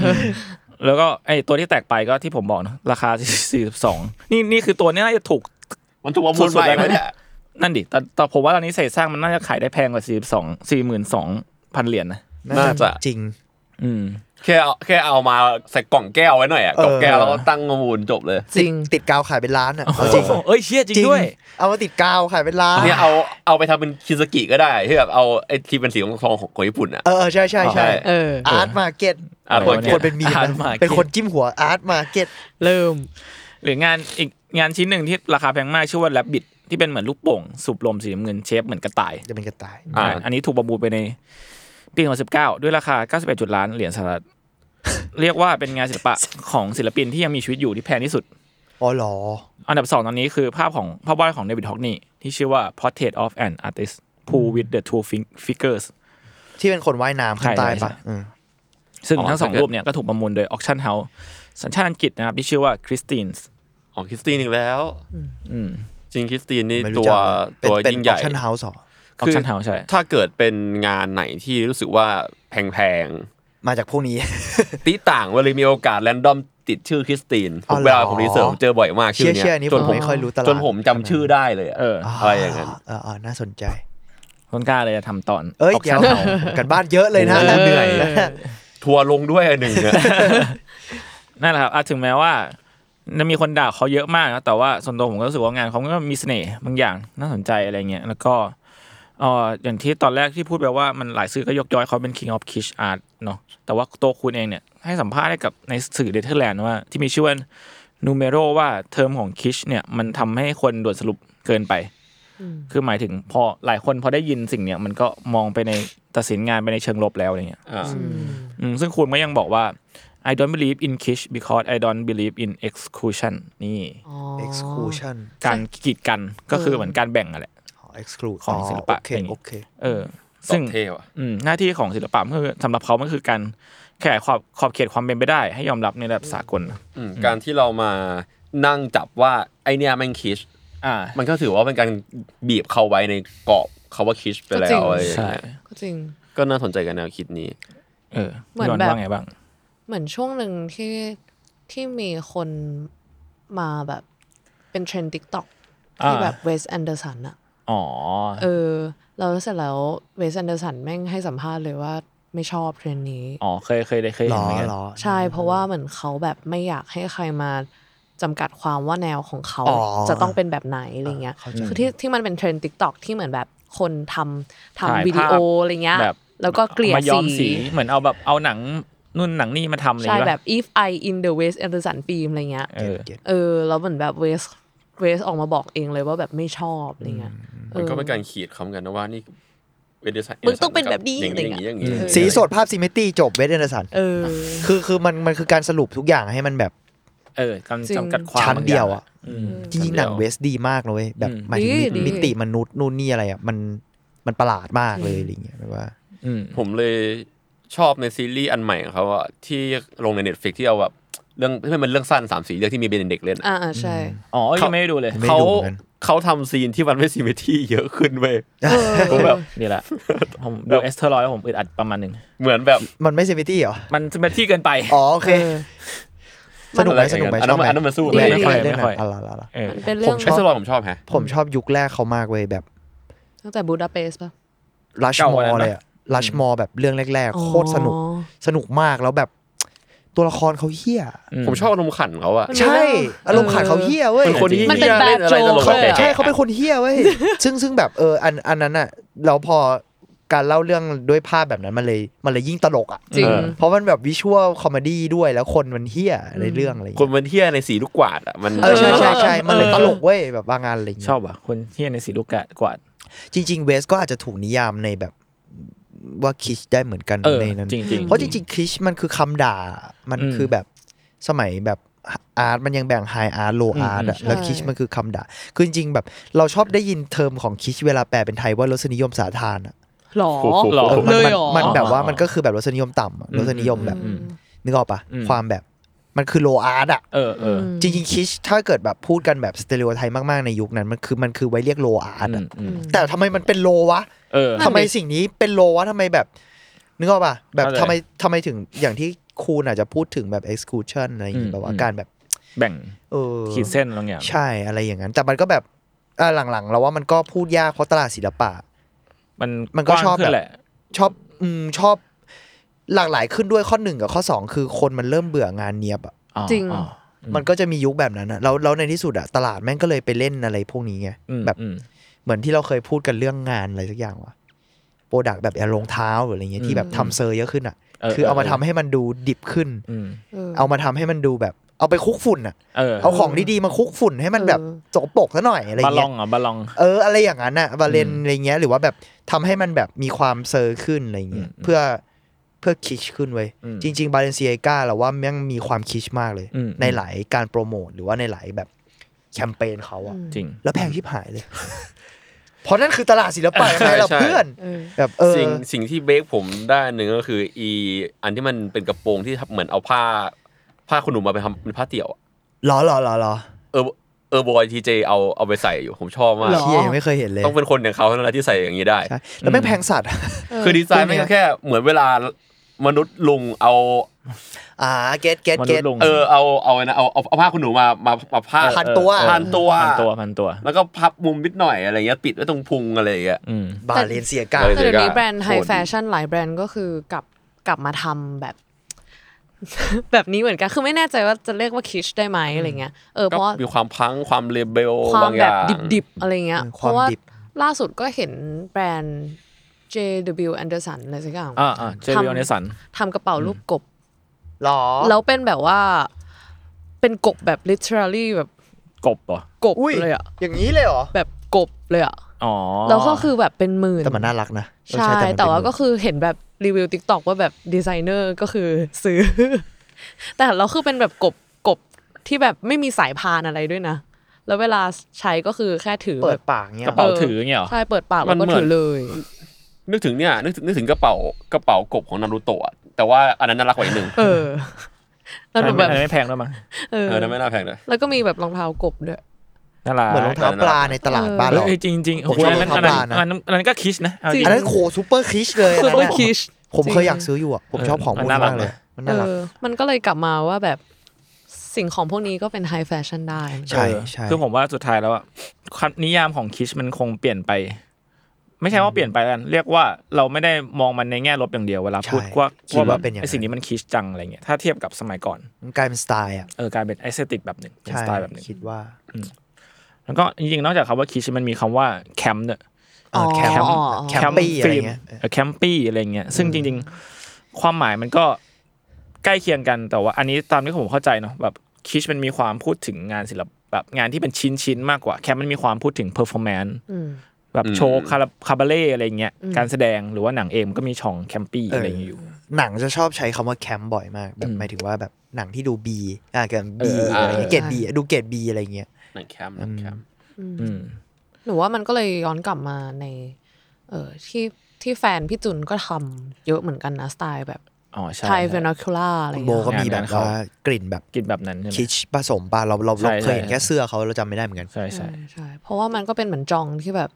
C: แล้วก็ไอตัวที่แตกไปก็ที่ผมบอกเนอะราคา 42 นี่นี่คือตัวเนี้ยน่าจะถูก
E: มันถูกประมูลไปไหมเนี่ย
C: นั่นดิแต่แต่ผมว่าตอนนี้เศษสร้างมันน่าจะขายได้แพงกว่า 42 42,000 เหรียญนะ
E: น่าจะ
D: จริง
C: อืม
E: แค่เอาแค่เอามาใส่กล่องแก้วไว้หน่อยอะกล่องแก้วแล้วก็ตั้งข้อมูลจบเลย
F: จริง
D: ติดกาวขายเป็นล้านอ่ะเอาจริง
C: เอ้ยเชี่ยจริงด้วย
D: เอามาติดกาวขายเป็นล้าน
E: เนี่ยเอาเอาไปทำเป็นคิซากิก็ได้ที่แบบเอาไอ้ที่เป็นสีทองของของญี่ปุ่นอ่ะ
D: เออเออใช่ใช่ใช่
E: ใช่
F: เออ
D: อาร์ตมาเก็ต
E: อ่ะ
C: เออ
E: คน
C: ย
D: คนเป็นมีม
C: อาร์ต
D: นะ
C: market
D: เป็นคนจิ้มหัวอาร์ตมาเก็ต
F: เริ่ม
C: หรืองานอีกงานชิ้นหนึ่งที่ราคาแพงมากชื่อว่าแรบบิ t ที่เป็นเหมือนลูกโป่ง สูบลมสีน้ำเงินเชฟเหมือนกระต่าย
D: จะเป็นกระต่าย
E: อ่า
C: อันนี้ถูกประมูลไปในปี2019 ด้วยราคา 91จุดล้านเหรียญสหรัฐ (laughs) เรียกว่าเป็นงานศิลปะของศิลปินที่ยังมีชีวิตอยู่ที่แพงที่สุด
D: อ๋อเหรอ
C: อันดับสองตอนนี้คือภาพของภาพวาดของเดวิดฮอกนี่ที่ชื่อว่า Portrait of an Artist Who with the Two Fing- Figures
D: ที่เป็นคนว่ายน้ำข้างใต้
C: ใช่ใช่
D: ปะอืม
C: ซึ่ง
E: อ๋อ
C: ทั้งสอง
E: ถ้าเกิด
C: รูปเนี่ยก็ถูกประมูลโดย Auction House สัญชาติอังกฤษนะครับที่ชื่อว่า Christie's
E: ของคริสตินอีกแล้ว
C: อืม
E: จริงคริสตินนี่
D: ไม่
E: ตั
D: รู้
E: ว
D: จัก
E: ตัว
D: เป็น
E: ยิ่งใหญ่
D: ชั้นเฮาส์หรอ
E: คือ
C: Auction House ใช่
E: ถ้าเกิดเป็นงานไหนที่รู้สึกว่าแพง
D: มาจากพวกนี้
E: ๆตีต่างเวลาเลยมีโอกาสแรนดอมติดชื่อคริสติน
D: อ๋อเหรอ
E: เวลาผมรีเสิร์ชเจอบ่อยมากชื่
D: เชี่เชี่
E: อย เนี้
D: ย
E: ย
D: อันนี้
E: จ
D: ผม
E: นผม
D: ไม่ค่อยรู้ตลาด
E: จนผมจำชื่อได้เลยอะ
C: เออ
E: อะไรอย่างนั้น
D: เออเออน่าสนใจ
C: คนกล้าเลยจะทำตอน
D: เอ้ย
C: Auction
D: เดี๋ยว
C: House
D: กันบ้านเยอะเลยนะ
E: โอ้เหนื่อย
D: เ
E: ทัวร์ลงด้วยอันหนึ่งอะ
C: นั่นแหละครับอ่ะถึงแม้ว่าจะมีคนด่าเขาเยอะมากนะแต่ว่าส่วนตัวผมก็รู้สึกว่างานเขาก็มีเสน่ห์บางอย่างน่าสนใจอะไรเงี้ย แล้วก็เอ่ออย่างที่ตอนแรกที่พูดไปว่ามันหลายสื่อก็ยกย้อยเขาเป็น King of Kish Art เนาะ แต่ว่าตัวคุณเองเนี่ย ให้สัมภาษณ์ให้กับในสื่อเดนเทอร์แลนด์ว่าที่มีชื่อว่านูเมโรว่าเทอมของ Kish เนี่ยมันทำให้คนด่วนสรุปเกินไป คือหมายถึงพอหลายคนพอได้ยินสิ่งเนี่ยมันก็มองไปในตัดสินงานไปในเชิงลบแล้วอะไรเงี้ย
E: อ่า
C: อืมซึ่งคุณก็ยังบอกว่า I don't believe in kiss because I don't believe in exclusion นี่
D: exclusion
C: การกีดกันก็คือเหมือนการแบ่งอะแหละ
D: อ๋อ exclude
C: ของศิลปะ
D: โอเค
C: อย่างนี้
D: โอเค
C: เออ
E: ตอ
C: ซึ่ง
E: บเท่ว่ะ
C: อืมหน้าที่ของศิลปะมันคือสำหรับเขามันคือการขยายขอบขอบเขตความเป็นไปได้ ให้ยอมรับในระดับสากล
E: อืมการที่เรามานั่งจับว่าไอเนี่ยแม่งคิช
C: อ่า
E: มันก็ถือว่าเป็นการบีบเข้าไว้ในกรอบเขาว่าคิชไปแล้
F: ก็จริ
E: ว
F: ง
E: อะไรอย่าง
C: ใช่
E: เงี้ย
F: ก็จริง
E: ก็น่าสนใจกันแนวคิดนี้
C: เออ
F: เหมือน
C: ย้อน
F: แบบ
C: ว่าไงบ้าง
F: เหมือนช่วงหนึ่งที่ที่มีคนมาแบบเป็นเทรนด์ทิกตอกที่
C: อ่า
F: แบบเวสแอนเดอร์สันอะ
C: อ๋อ
F: เออ เราเสร็จแล้วเวสแอนเดอร์สันแม่งให้สัมภาษณ์เลยว่าไม่ชอบเทรนด์นี้
C: อ๋อเคยเคยได้เคย
D: หร
C: เห็น
D: อ
C: เหมือนกัน
D: หรอ
F: ใช่ เพราะว่าเหมือนเขาแบบไม่อยากให้ใครมาจำกัดความว่าแนวของเขา
D: อ๋อ
F: จะต้องเป็นแบบไหนอะไรเงี้ย
D: เข้าใจ
F: คือที่ที่มันเป็นเทรนด์ทิกตอกที่เหมือนแบบคนทำทำ
C: ถ่าย
F: วิดีโอ
C: ภาพ
F: อะไรเงี้ย
C: แบบ
F: แล้วก็เกลี่ย
C: มาย้อม
F: สี
C: สีเหมือนเอาแบบเอาหนังนู่นหนังนี่มาทำอะไรอ
F: ใช่
C: ย่างเงี้ย
F: แบบ if I in the West Anderson film อะไรเงี้ย
C: เออ
F: เออ แล้วเหมือนแบบเวสเวสออกมาบอกเองเลยว่าแบบไม่ชอบอะไรเงี้ยเอ
E: มัน
F: อ
E: ก็เป็นการขีดคำกันนะว่านี่เวดิสัน
F: มึงต้องเป็นแบบนี้
E: อย่างนี้อย่างนี้อย่างนี้
F: เออ
D: สีสดภาพซิมเมตรีจบเวสเดนสัน
F: เออ
D: คือคือมันมันคือการสรุปทุกอย่างให้มันแบบ
C: เออกำ
F: จริง
C: จำกัดความ
D: ชั้น
C: บาง
D: เดียว
C: าง
D: อ่ะ
C: อืม
D: จริงๆหนังเวสดีมากเลยเว้ยแบบ
C: อืม
D: หมายถึงมิ
F: ดี
D: มิติมนุษย์นู่นนี่อะไรอ่ะมันมันประหลาดมากเลยอะไรเงี้ยแบบว่า
C: อืม
E: ผมเลยชอบในซีรีส์อันใหม่ของเขาอะที่ลงใน Netflix ที่เอาแบบเรื่องที่มันเรื่องสั้นสามสีเรื่องที่มีเบนเด็กเล่นอะ
F: อ่าใช่
C: อ๋อยังไม่ได้ดูเลย
D: ไม่
E: เขา
D: ดูเหมือนกัน
E: เขาทำซีนที่มันไม่ซีเมทรีเยอะขึ้นเว้ย
F: เออ
E: ผมแบบ
C: นี่แหละ ผมดูเอสเทอร์ลอยผมอึดอัดประมาณหนึ่ง
E: เหมือนแบบ
D: มันไม่ซิมเมตรีเหรอ
C: มันเป็นที่เกินไป
D: อ๋อโอเค
F: เออ
D: สนุกไหมสนุกไหม
E: อัน
D: ชอ
E: นั้
D: น บไหม
E: อันนั้นมันสู้
F: ดี
E: ไม่
C: ไม่ค่อย
E: ได้
D: เล่น
C: ไม่
D: ห
C: ค่อ
D: น่อย ยอะไรอะไร
C: เออ
F: มันเป็นเรื่อง
D: ผม
E: ไอสโลผมชอบแฮะ
D: ผมชอบยุคแรกเขามากเว้ยแบบ
F: ตั้งแต่บูดาเปสต์ป่ะ
D: รัช
C: เก่าม ก
D: อ
C: ว่านั้น
D: ร์เล
C: ปะ
D: ยอะรัชมอร์แบบเรื่องแรก
F: อ๋อ
D: ๆ โคตรสนุกสนุกมากแล้วแบบ ตัวละครเขาเฮี้ย
E: ผมชอบอารมณ์ขันเขาอะ
D: ใช่ อารมณ์ขันเขาเฮี้ยเว้ย
E: เป็นคนที่
F: มันเป็น
E: ล่อะไรตลก
F: แบบโจ๊กเลยอะ
E: ๆ
D: ใช่เขาเป็นคนเฮี้ยเว้ยซึ่งซึ่งแบบเอออันอันนั้นอะแล้วพอการเล่าเรื่องด้วยภาพแบบนั้นมันเลยมันเลยยิ่งตลกอะ
F: จริง
E: เออ
D: เพราะมันแบบวิชวลคอมดี้ด้วยแล้วคนมันเฮี้ยในเรื่องอะไรอย่าง
E: คน
D: เงี้ย
E: มันเที่ยในสีลูกกวาดอ่ะมัน
D: เออใช่ใช่ใช่
F: เออ
D: มันเลยตลกเว้ยแบบบางงานอะไรอย่างเงี้
C: ช
D: ย
C: อบว่ะคนที่ในสีลูกกะกวาด
D: จริงๆเวสก็อาจจะถูกนิยามในแบบว่าคิชได้เหมือนกัน
C: เออ
D: ในนั้น
C: จริงจริง
D: เพราะจริงๆคิชมันคือคำด่า มัน
C: อืม
D: คือแบบสมัยแบบอาร์ตมันยังแบ่งไฮอาร์ตโล
C: อืม
D: อาร์ตอะ
F: ใช่
D: แล้วคิชมันคือคำด่า คือจริงๆแบบเราชอบได้ยินเทอมของคิชเวลาแปลเป็นไทยว่ารสนิยมสาธารอะ
F: หรอ
C: หรอ
D: เออมัน
F: เลย
D: มันมัน
F: เหรอ
D: แบบว่ามันก็คือแบบรสนิยมต่ำอะ
C: อืม
D: รสนิยมแบบ
F: อืม
D: นึกออกปะ
C: อืม
D: ความแบบมันคือโลอาร์ตอะ
C: เออเออ
D: จริงๆคิชถ้าเกิดแบบพูดกันแบบสเตอริโอไทยมากๆในยุคนั้นมันคือมันคือไว้เรียกโลอา
C: อั
D: ร์ตอะ
C: อืม
D: แต่ทำไมมันเป็นโลวะ
C: เออ
D: ทำไมสิ่งนี้เป็นโลวะทำไมแบบ นึกออกป่ะแบบ
C: เข้าใจ
D: ทำไมทำไมถึงอย่างที่คูณอาจจะพูดถึงแบบ exclusion อะไรอย่าง
C: อื
D: งี้
C: ม
D: แบบว่า
C: อืม
D: การแบบ
C: แบ่ง
D: เออ
C: ขีดเส้นอะไรอย่างเงี้ย
D: ใช่อะไรอย่างนั้น แต่มันก็แบบอ่ะหลังๆเราว่ามันก็พูดยากเพราะตลาดศิลปะ
C: มัน
D: มันก็
C: ว้าง
D: ชอบ
C: ขึ้
D: แบบ
C: แหละ
D: ชอบอืมชอบ หลากหลายขึ้นด้วยข้อหนึ่งกับข้อสองคือคนมันเริ่มเบื่องานเนียบอะ
C: อ๋อ
F: จริง
C: อ๋อ
D: มันก็จะมียุคแบบนั้นอะแล้วแล้วในที่สุดอะตลาดแม่งก็เลยไปเล่นอะไรพวกนี้ไง
C: อืม
D: แบบ
C: อืม
D: เหมือนที่เราเคยพูดกันเรื่องงานอะไรสักอย่างวะโปรดักแบบรองเท้าหรืออะไรเงี้ยที่แบบทำเซอร์เยอะขึ้นอะ
C: เออ
D: คือเอามา
C: เออ
D: ทำให้มันดูดิบขึ้น
C: อืม
D: เอามาทำให้มันดูแบบ เอาไปคลุกฝุ่นอะ
C: เออ
D: เอาของดีๆมาคลุกฝุ่นให้มันแบบ
F: เออ
D: สกปรกซะหน่อยอะไรอบ
C: า
D: ย่า
C: ล
D: งเงี้
C: อง
D: ย
C: เหรอ่ะบาลอง
D: เอออะไรอย่างนั้นอะบาเลน
C: อืม
D: อะไรเงี้ยหรือว่าแบบทำให้มันแบบมีความเซอร์ขึ้นอะไรเงี้ย
C: อืม
D: เพื่อเพื่อคิชขึ้นไว้ย
C: อืม
D: จริง ๆ บาเลนเซียกาเราว่าแม่งมีความคิชมากเลย
C: อืม
D: ในหลายการโปรโมทหรือว่าในหลายแบบแคมเปญเขาอะ
C: จริง
D: แล้วแพงชิบหายเลย (laughs) เพราะนั่นคือตลาดศิล
C: (laughs)
D: ปะยังไงล่ะ
E: ใช่
D: เพื่อน
F: เออ
D: แบบเออ
E: สิ่งสิ่งที่เบรกผมได้หนึ่งก็คืออีอันที่มันเป็นกระโปรงที่เหมือนเอาผ้า ผ้าขนหนูมาไปทำเป็นผ้าเตี่ยวอะ
D: หรอหรอหรอหรอ
E: เออเออบอยทีเจเอาเอาไปใส่อยู่ผมชอบมาก
F: หร อ
D: เชี่ยยังไม่เคยเห็นเลย
E: ต้องเป็นคนอย่างเขาเท่านั้นที่ใส่อย่างนี้ได้
D: ใช่แล้วแม่งแพงสัตว์
E: คือดีไซน์ไม่
D: พวกเนี้
E: ก็
D: ย
E: แค่เหมือนเวลา มนุษย์ลุงเอา
D: อ่าเก็ตเก็ต
C: มนุ
D: เก็
C: ษ
D: ต
C: ย์ลง
E: เออเอาเอาเอาเอาเอาผ้าขนหนูมามามาผ้าด
D: พันตัว
C: เออ
E: พันตัว
C: พันตัวพันตัว
E: แล้วก็พับมุมนิดหน่อยอะไรเงี้ยปิดไว้ตรงพุงอะไรอย่างเงี้ย
C: อืม
D: บาเลนเซียกา
E: เออ
F: แต่เดี๋ยวนี้แบรนด์ไฮ
E: โหด
F: แฟชั่นหลายแบรนด์ก็คือกลับกลับมาทำแบบ (laughs) แบบนี้เหมือนกันคือไม่แน่ใจว่าจะเรียกว่าคิชได้ไหมอะไรเงี้ยเออเพ
E: ก็
F: ราะ
E: มีความพังความเลเบล
F: ควา
E: บาม งอ
F: แบ
E: ย่า
F: บ
E: ง
F: ดิบๆ อะไรเงี้ย
D: เออ
F: เพราะ
D: ค
F: ว่า
D: วามดิบ
F: ล่าสุดก็เห็นแบรนด์ JW Anderson อะไรสักอย่าง
C: อ่าอ่าเจอริโอเนสัน
F: ทำกระเป๋ารูปกบ
D: หรอ
F: แล้วเป็นแบบว่า เป็นกบแบบ literally แบบ
C: กบเหรอ
F: กบ
D: อุ้ย
F: เลยอะ
D: อย่างนี้เลยเหรอ
F: แบบกบเลยอะ
C: อ๋อ
F: แล้วก็คือแบบเป็นหมื่น
D: แต่มันน่ารักนะเออ
F: ใช่
D: มันเป็น
F: แต่ว่าก็คือเห็นแบบรีวิวติ๊กต็อกว่าแบบดีไซเนอร์ก็คือ
D: (laughs)
F: ซื้อ แต่เราคือเป็นแบบกบกบที่แบบไม่มีสายพานอะไรด้วยนะ แล้วเวลาใช้ก็คือแค่ถือ
D: เปิ
F: แบ
D: ด
F: บ
D: ปากเงี้ย
C: กระเป๋าถืออย่างเงี้ยเหรอ
F: ใช่เปิดปาก
E: มั
F: แล้ว
E: น
F: ก็
E: เหมือน
F: ถือเลย
E: นึกถึงเนี่ยนึกถึงนึกถึงกระเป๋ากระเป๋ากบของนารูโตะอะแต่ว่าอันนั้นน่ารักกว่านิดนึง
F: เออ แล้วหนูแบบ
C: อันนั้นไม่แพงด้วยมั้ง
F: เอ
E: เอ
F: อ
E: อนั่นไม่น่าแพงเลย
F: แล้วก็มีแบบรองเท้ากบด้วย
C: น่ารัก
D: เหมือนรองเท้าปลาในตลาด
F: เออ
D: บ้านเรา
C: เอ้ยจริงจริงๆโอ้โห
D: ผมชอบ
C: อันนั้นอันนั้น
D: รองเท้าปลานะ
C: อันนั้นอันนั้นก็คิชนะเาจริง
D: อันนั้นโคซูเปอร์คิชเลยอัน
F: ซู
D: นั้น
F: เปอร์
D: น่ะ
F: คิช
D: ผมเคยอยากซื้ออยู่อ่ะ ผมชอบของพวก
C: มัน
D: นี้
C: น่ารัก
D: มากเลย มัน
F: เอ
D: น่ารัก
F: อ มันก็เลยกลับมาว่าแบบสิ่งของพวกนี้ก็เป็นไฮแฟชั่นได้
D: ใช่
C: เออ
D: ใช่
C: คือผมว่าสุดท้ายแล้วอะคำนิยามของคิชมันคงเปลี่ยนไป ไม่ใช่ว่าเปลี่ยนไปแล้วกันเรียกว่าเราไม่ได้มองมันในแง่ลบอย่างเดียวเวลาพูด
D: ใช่
C: ว่า
D: คิดว่า
C: แบบ
D: เป็นอย่างนั้น
C: ไอสิ่งนี้มันคิชจังอะไรเงี้ยถ้าเทียบกับสมัยก่อน
D: มันกลายเป็นสไตล์อ่ะ
C: เออกลายเป็นไอเซติกแบบหนึ่งเป็น
D: ใช่
C: สไตล์แบบหนึ่ง
D: คิดว่า
C: แล้วก็จริงๆนอกจากคำว่าคิชมันมีคำว่าแคมป์เนี่ย
D: อ่า
F: อ๋อ
D: แคมป์
F: อ๋อ
D: แคมปี้อะไรเงี้ย
C: แคมปี้อะไรเงี้ยซึ่งจริงๆ ความหมายมันก็ใกล้เคียงกันแต่ว่า อันนี้ตามที่ผมเข้าใจเนาะแบบคิชมันมีความพูดถึงงานศิลปะแบบงานที่เป็นชิ้นชิ้นๆมากกว่าแคมมันมีความพูดถึงเพอร์ฟอร์แมนซ์
F: อืม
C: แบบ
E: อืม
C: โชว์คาราคาบาเล่อะไรเงี้ยการแสดงหรือว่าหนังเองมันก็มีช่องแคมปี้
D: เอออ
C: อะไรอย่างเงี้ยอยู่
D: หนังจะชอบใช้คำว่าแคมป์บ่อยมากแบ
C: อื
D: บ
C: ม
D: หมายถึงว่าแบบหนังที่ดูบีอ่าเกิด
C: เอ
D: บี
C: อเอออ
D: อะไรเงี้ย
F: เออ
D: เกรดบีดูเกรดบีอะไรเงี้ย
E: หนังแคมป์หนังแคมป์
C: อืม
F: หนูว่ามันก็เลยย้อนกลับมาใน เออที่ที่แฟนพี่จุนก็ทำเยอะเหมือนกันนะ สไตล์แบบ
C: อ๋อใช่
F: ไทยเฟนอคูล่าอะไร
D: คุณ
F: เงี้ย
D: โบก็มีแบบว่ากลิ่นแบบ
C: กินแบบนั้นใช่ไหม
D: คิชผสมป่ะเราเราเรา
C: ใช่
D: เคยเห็น
C: ใช่
D: แค่เสื้อเขาเราจำไม่ได้เหมือนกัน
C: ใช่ใช่
F: ใช่ใช่เพราะว่ามันก็เป็นเหมือนจองที่แบบ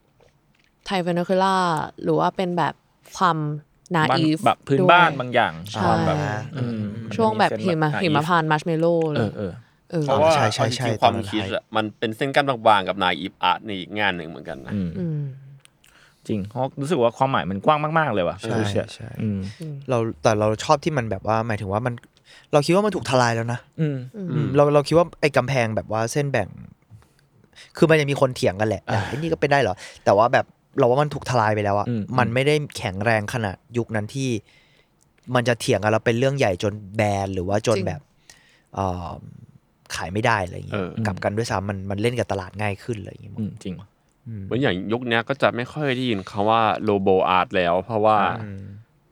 F: ไทยเฟนอคูล่าหรือว่าเป็นแบบความนา
C: บ้าน
F: อีฟ
C: แบบพื้นบ้านบางอย่าง
F: ใช่
C: ความแบบอืม
F: ช่วงแบบ
C: เส้น
F: หิมะ
C: อ่ะ
F: หิมะพานมัชเมโล่
C: เออเออ
F: เออ
E: เพราะว่า
D: ใช่ใช่ใช่
E: จริงๆความ
D: ตอนนั้น
E: คิดอะมันเป็นเส้นกั้นบางๆกับนายอีฟอาร์ตในอีกงานหนึ่งเหมือนกันนะ
F: อืม
C: จริงเพราะรู้สึกว่าความหมายมันกว้างมากๆเลยว่ะ
D: ใช่
C: ดูเชีย
D: ใช่
C: อืม
D: เราแต่เราชอบที่มันแบบว่าหมายถึงว่ามันเราคิดว่ามันถูกทลายแล้วนะ
C: อืม
D: อืมเราเราคิดว่าไอ้กำแพงแบบว่าเส้นแบ่ง คือมันจะมีคนเถียงกันแหละอ่ะไอ้นี่ก็เป็นได้เหรอ แต่ว่าแบบเราว่ามันถูกทลายไปแล้วอะ
C: อืม
D: มันไม่ได้แข็งแรงขนาดยุคนั้นที่ มันจะเถียงกันแล้วเป็นเรื่องใหญ่จนแบนหรือว่าจน
F: จริง
D: แบบเอ่อขายไม่ได้อะไรอย่างเงี้ย
E: เออ
D: กลับกันด้วยซ้ำมันมันเล่นกับตลาดง่ายขึ้นอะไรอย่างเงี้ย
C: อืมจริง
E: เหมือนอย่างยุคเนี้ยก็จะไม่ค่อยได้ยินคำว่าโลโบอาร์ตแล้ว เพราะว่า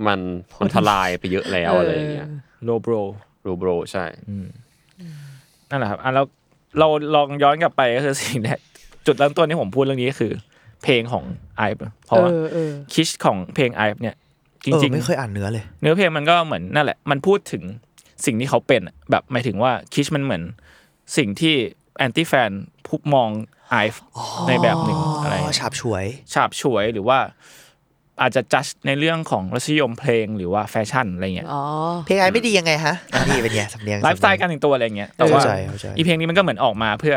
E: มันมันทลายไปเยอะแล้วอะไรอย่างเงี้ย
C: โลโบร
E: โลโบใช่
C: นั่นแหละครับอ่ะแล้วเราลองย้อนกลับไปก็คือ (laughs) สิ่งแรกจุดเริ่มต้นที่ผมพูดเรื่องนี้คือ เพลงของไอฟ์เพราะว่า
F: เออเออ
C: คิชของเพลงไอฟ์เนี่ย จ
D: เออ
C: ริง
D: ไม่เคยอ่านเนื้อเลย
C: ๆ เนื้อเพลงมันก็เหมือนนั่นแหละ มันพูดถึงสิ่งที่เขาเป็นอะแบบหมายถึงว่าคิชมันเหมือน สิ่งที่แอนตี้แฟนพุมองไอฟ์ในแบบหนึ่งอะไรอย่าง
D: อ๋อ
C: เงี้ย
D: ฉาบฉวย
C: ฉาบฉวยหรือว่าอาจจะจัดในเรื่องของรสนิยมเพลงหรือว่าแฟชั่นอะไรเงี้ย
F: อ๋อ
D: เพลงไอไม่ดียังไงฮะนี่เป็นไงสำเนียง
C: ไลฟ์สไตล์การแต่งตัวอะไรเงี้ยแต่ว่า
D: เข้าใจเข้าใจ
C: อีเพลงนี้มันก็เหมือนออกมาเพื่อ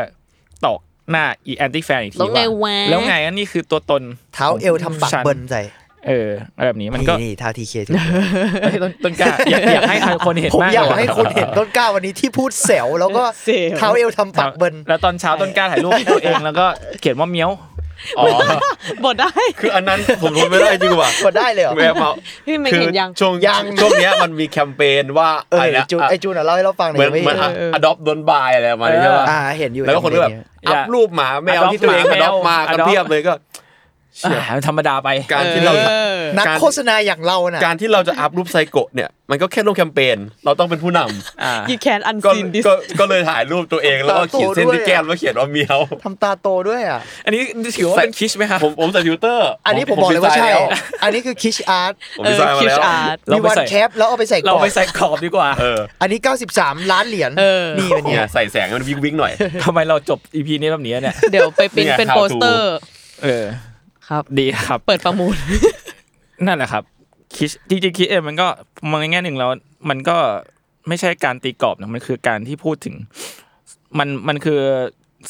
C: ตอกหน้าอีแอนตี้แฟนอีกที
F: แล้วไง
C: ว่าว
F: ะ
C: แล้วไงอันนี้คือตัวตน
D: เท้าเอวทำปาก
C: ฉัน
D: เบิร์นใจ
C: เอออะไรแบบนี้มันก็
D: นี่ท่าทีเคถูก
C: เอ้ยต้นต้ (laughs) นกล้าอยากอยากให้คนเห็น
D: ผม
C: มาก
D: อยาก
C: เลย
D: ให้คนเห็นต้นกล้าวันนี้ที่พูดเสวแล้วก็
F: เสว
D: เท้าเอวทำปากเบิน
C: แล้วตอนเช้าต้นกล้าถ่ายรูปตัวเองแล้วก็เขียนว่าเมี้ยว
E: อ๋อ (laughs)
F: บทได้ (laughs)
E: คืออันนั้นผมทนไม่ได้จริ (laughs) งว่ะ
D: กดได้เลยเหรอ
E: แวะมา
F: พี่เมย์
E: คื
F: เห็นยัง
E: ช่วง
D: ยัง
E: ช่วงเนี้ยมันมีแคมเปญว่า
D: เออ
E: ไอ้
D: ไอ
E: นะ
D: จูน
E: อ่ะ
D: ไอจูนอ่ะเล่าให้เราฟังหน่
E: เหมื
D: อ
E: อ
D: ย
E: น
D: ไม่
E: เหมือน
F: เออเอออ
E: อะดอปโดนบายอะไรประมาณนี้ใช่ป่ะ
D: อ่าเห็นอยู่
E: แล้วก็คนก็แบบ
C: อ
D: เห็อยู่
E: อั
C: ย่า
E: พรูปหมาแมว
C: adopt
E: ที่ตัวเอง
C: หมา
E: อ
C: แมว
E: ดอปมากัน
C: adopt
E: เพียบเลยก็
C: อ่าธรรมดาไป
E: การที่เราจะ
D: นักโฆษณาอย่างเราน่ะ
E: การที่เราจะอัพรูปไซโกะเนี่ยมันก็แค่ลงแคมเปญเราต้องเป็นผู้นำ
C: อ่า
F: you can
E: ก็
F: unseen this
E: ก็ก็เลยถ่ายรูปตัวเองแล้วก็
D: ต่อตัว
E: เขียนเส้นที่
D: ด้วย
E: แก้มแล้วเขียนว่าเมียว
D: ทำตาโตด้วยอ่ะ
C: อันนี้ถือว่าเป็นคิชไหมครับ
E: ผมผมใส่ฟิลเตอร์
D: อันนี้ผมบอกเลยว่าใช่
E: ผม
D: อันนี้คือคิชอาร์ต
E: ดีไซน์แล้วผมดีไซน์มาแล้ว
F: art
C: เรา
D: มี
C: ไป
D: วัน
C: ใส่
D: แคปแล้วเอาไปใส่ก
C: เรา
D: ล่อง
C: ไปใส่ขอบดีกว่า
E: เออ
D: อันนี้ 93 ล้านเหรียญ
F: เออ
D: นี่เป็น
E: เนี่
D: ไง
E: ยใส่แสงให้มันวิ้งวิ้งหน่อย
C: ทำไมเราจบอีพีนี้แบบนี้เนี่ย
F: เดี๋ยวไปปริ้น
E: เนี่ย
F: เป็น
E: how to
F: โปสเตอร์
C: เออ
F: ครับ
C: ดีครับ
F: เปิดประมูล
C: (laughs) นั่นแหละครับคิชจริงๆคิชเองมันก็มองในแง่หนึ่งแล้ว มันก็ไม่ใช่การตีกรอบนะมันคือการที่พูดถึง มันมันคือ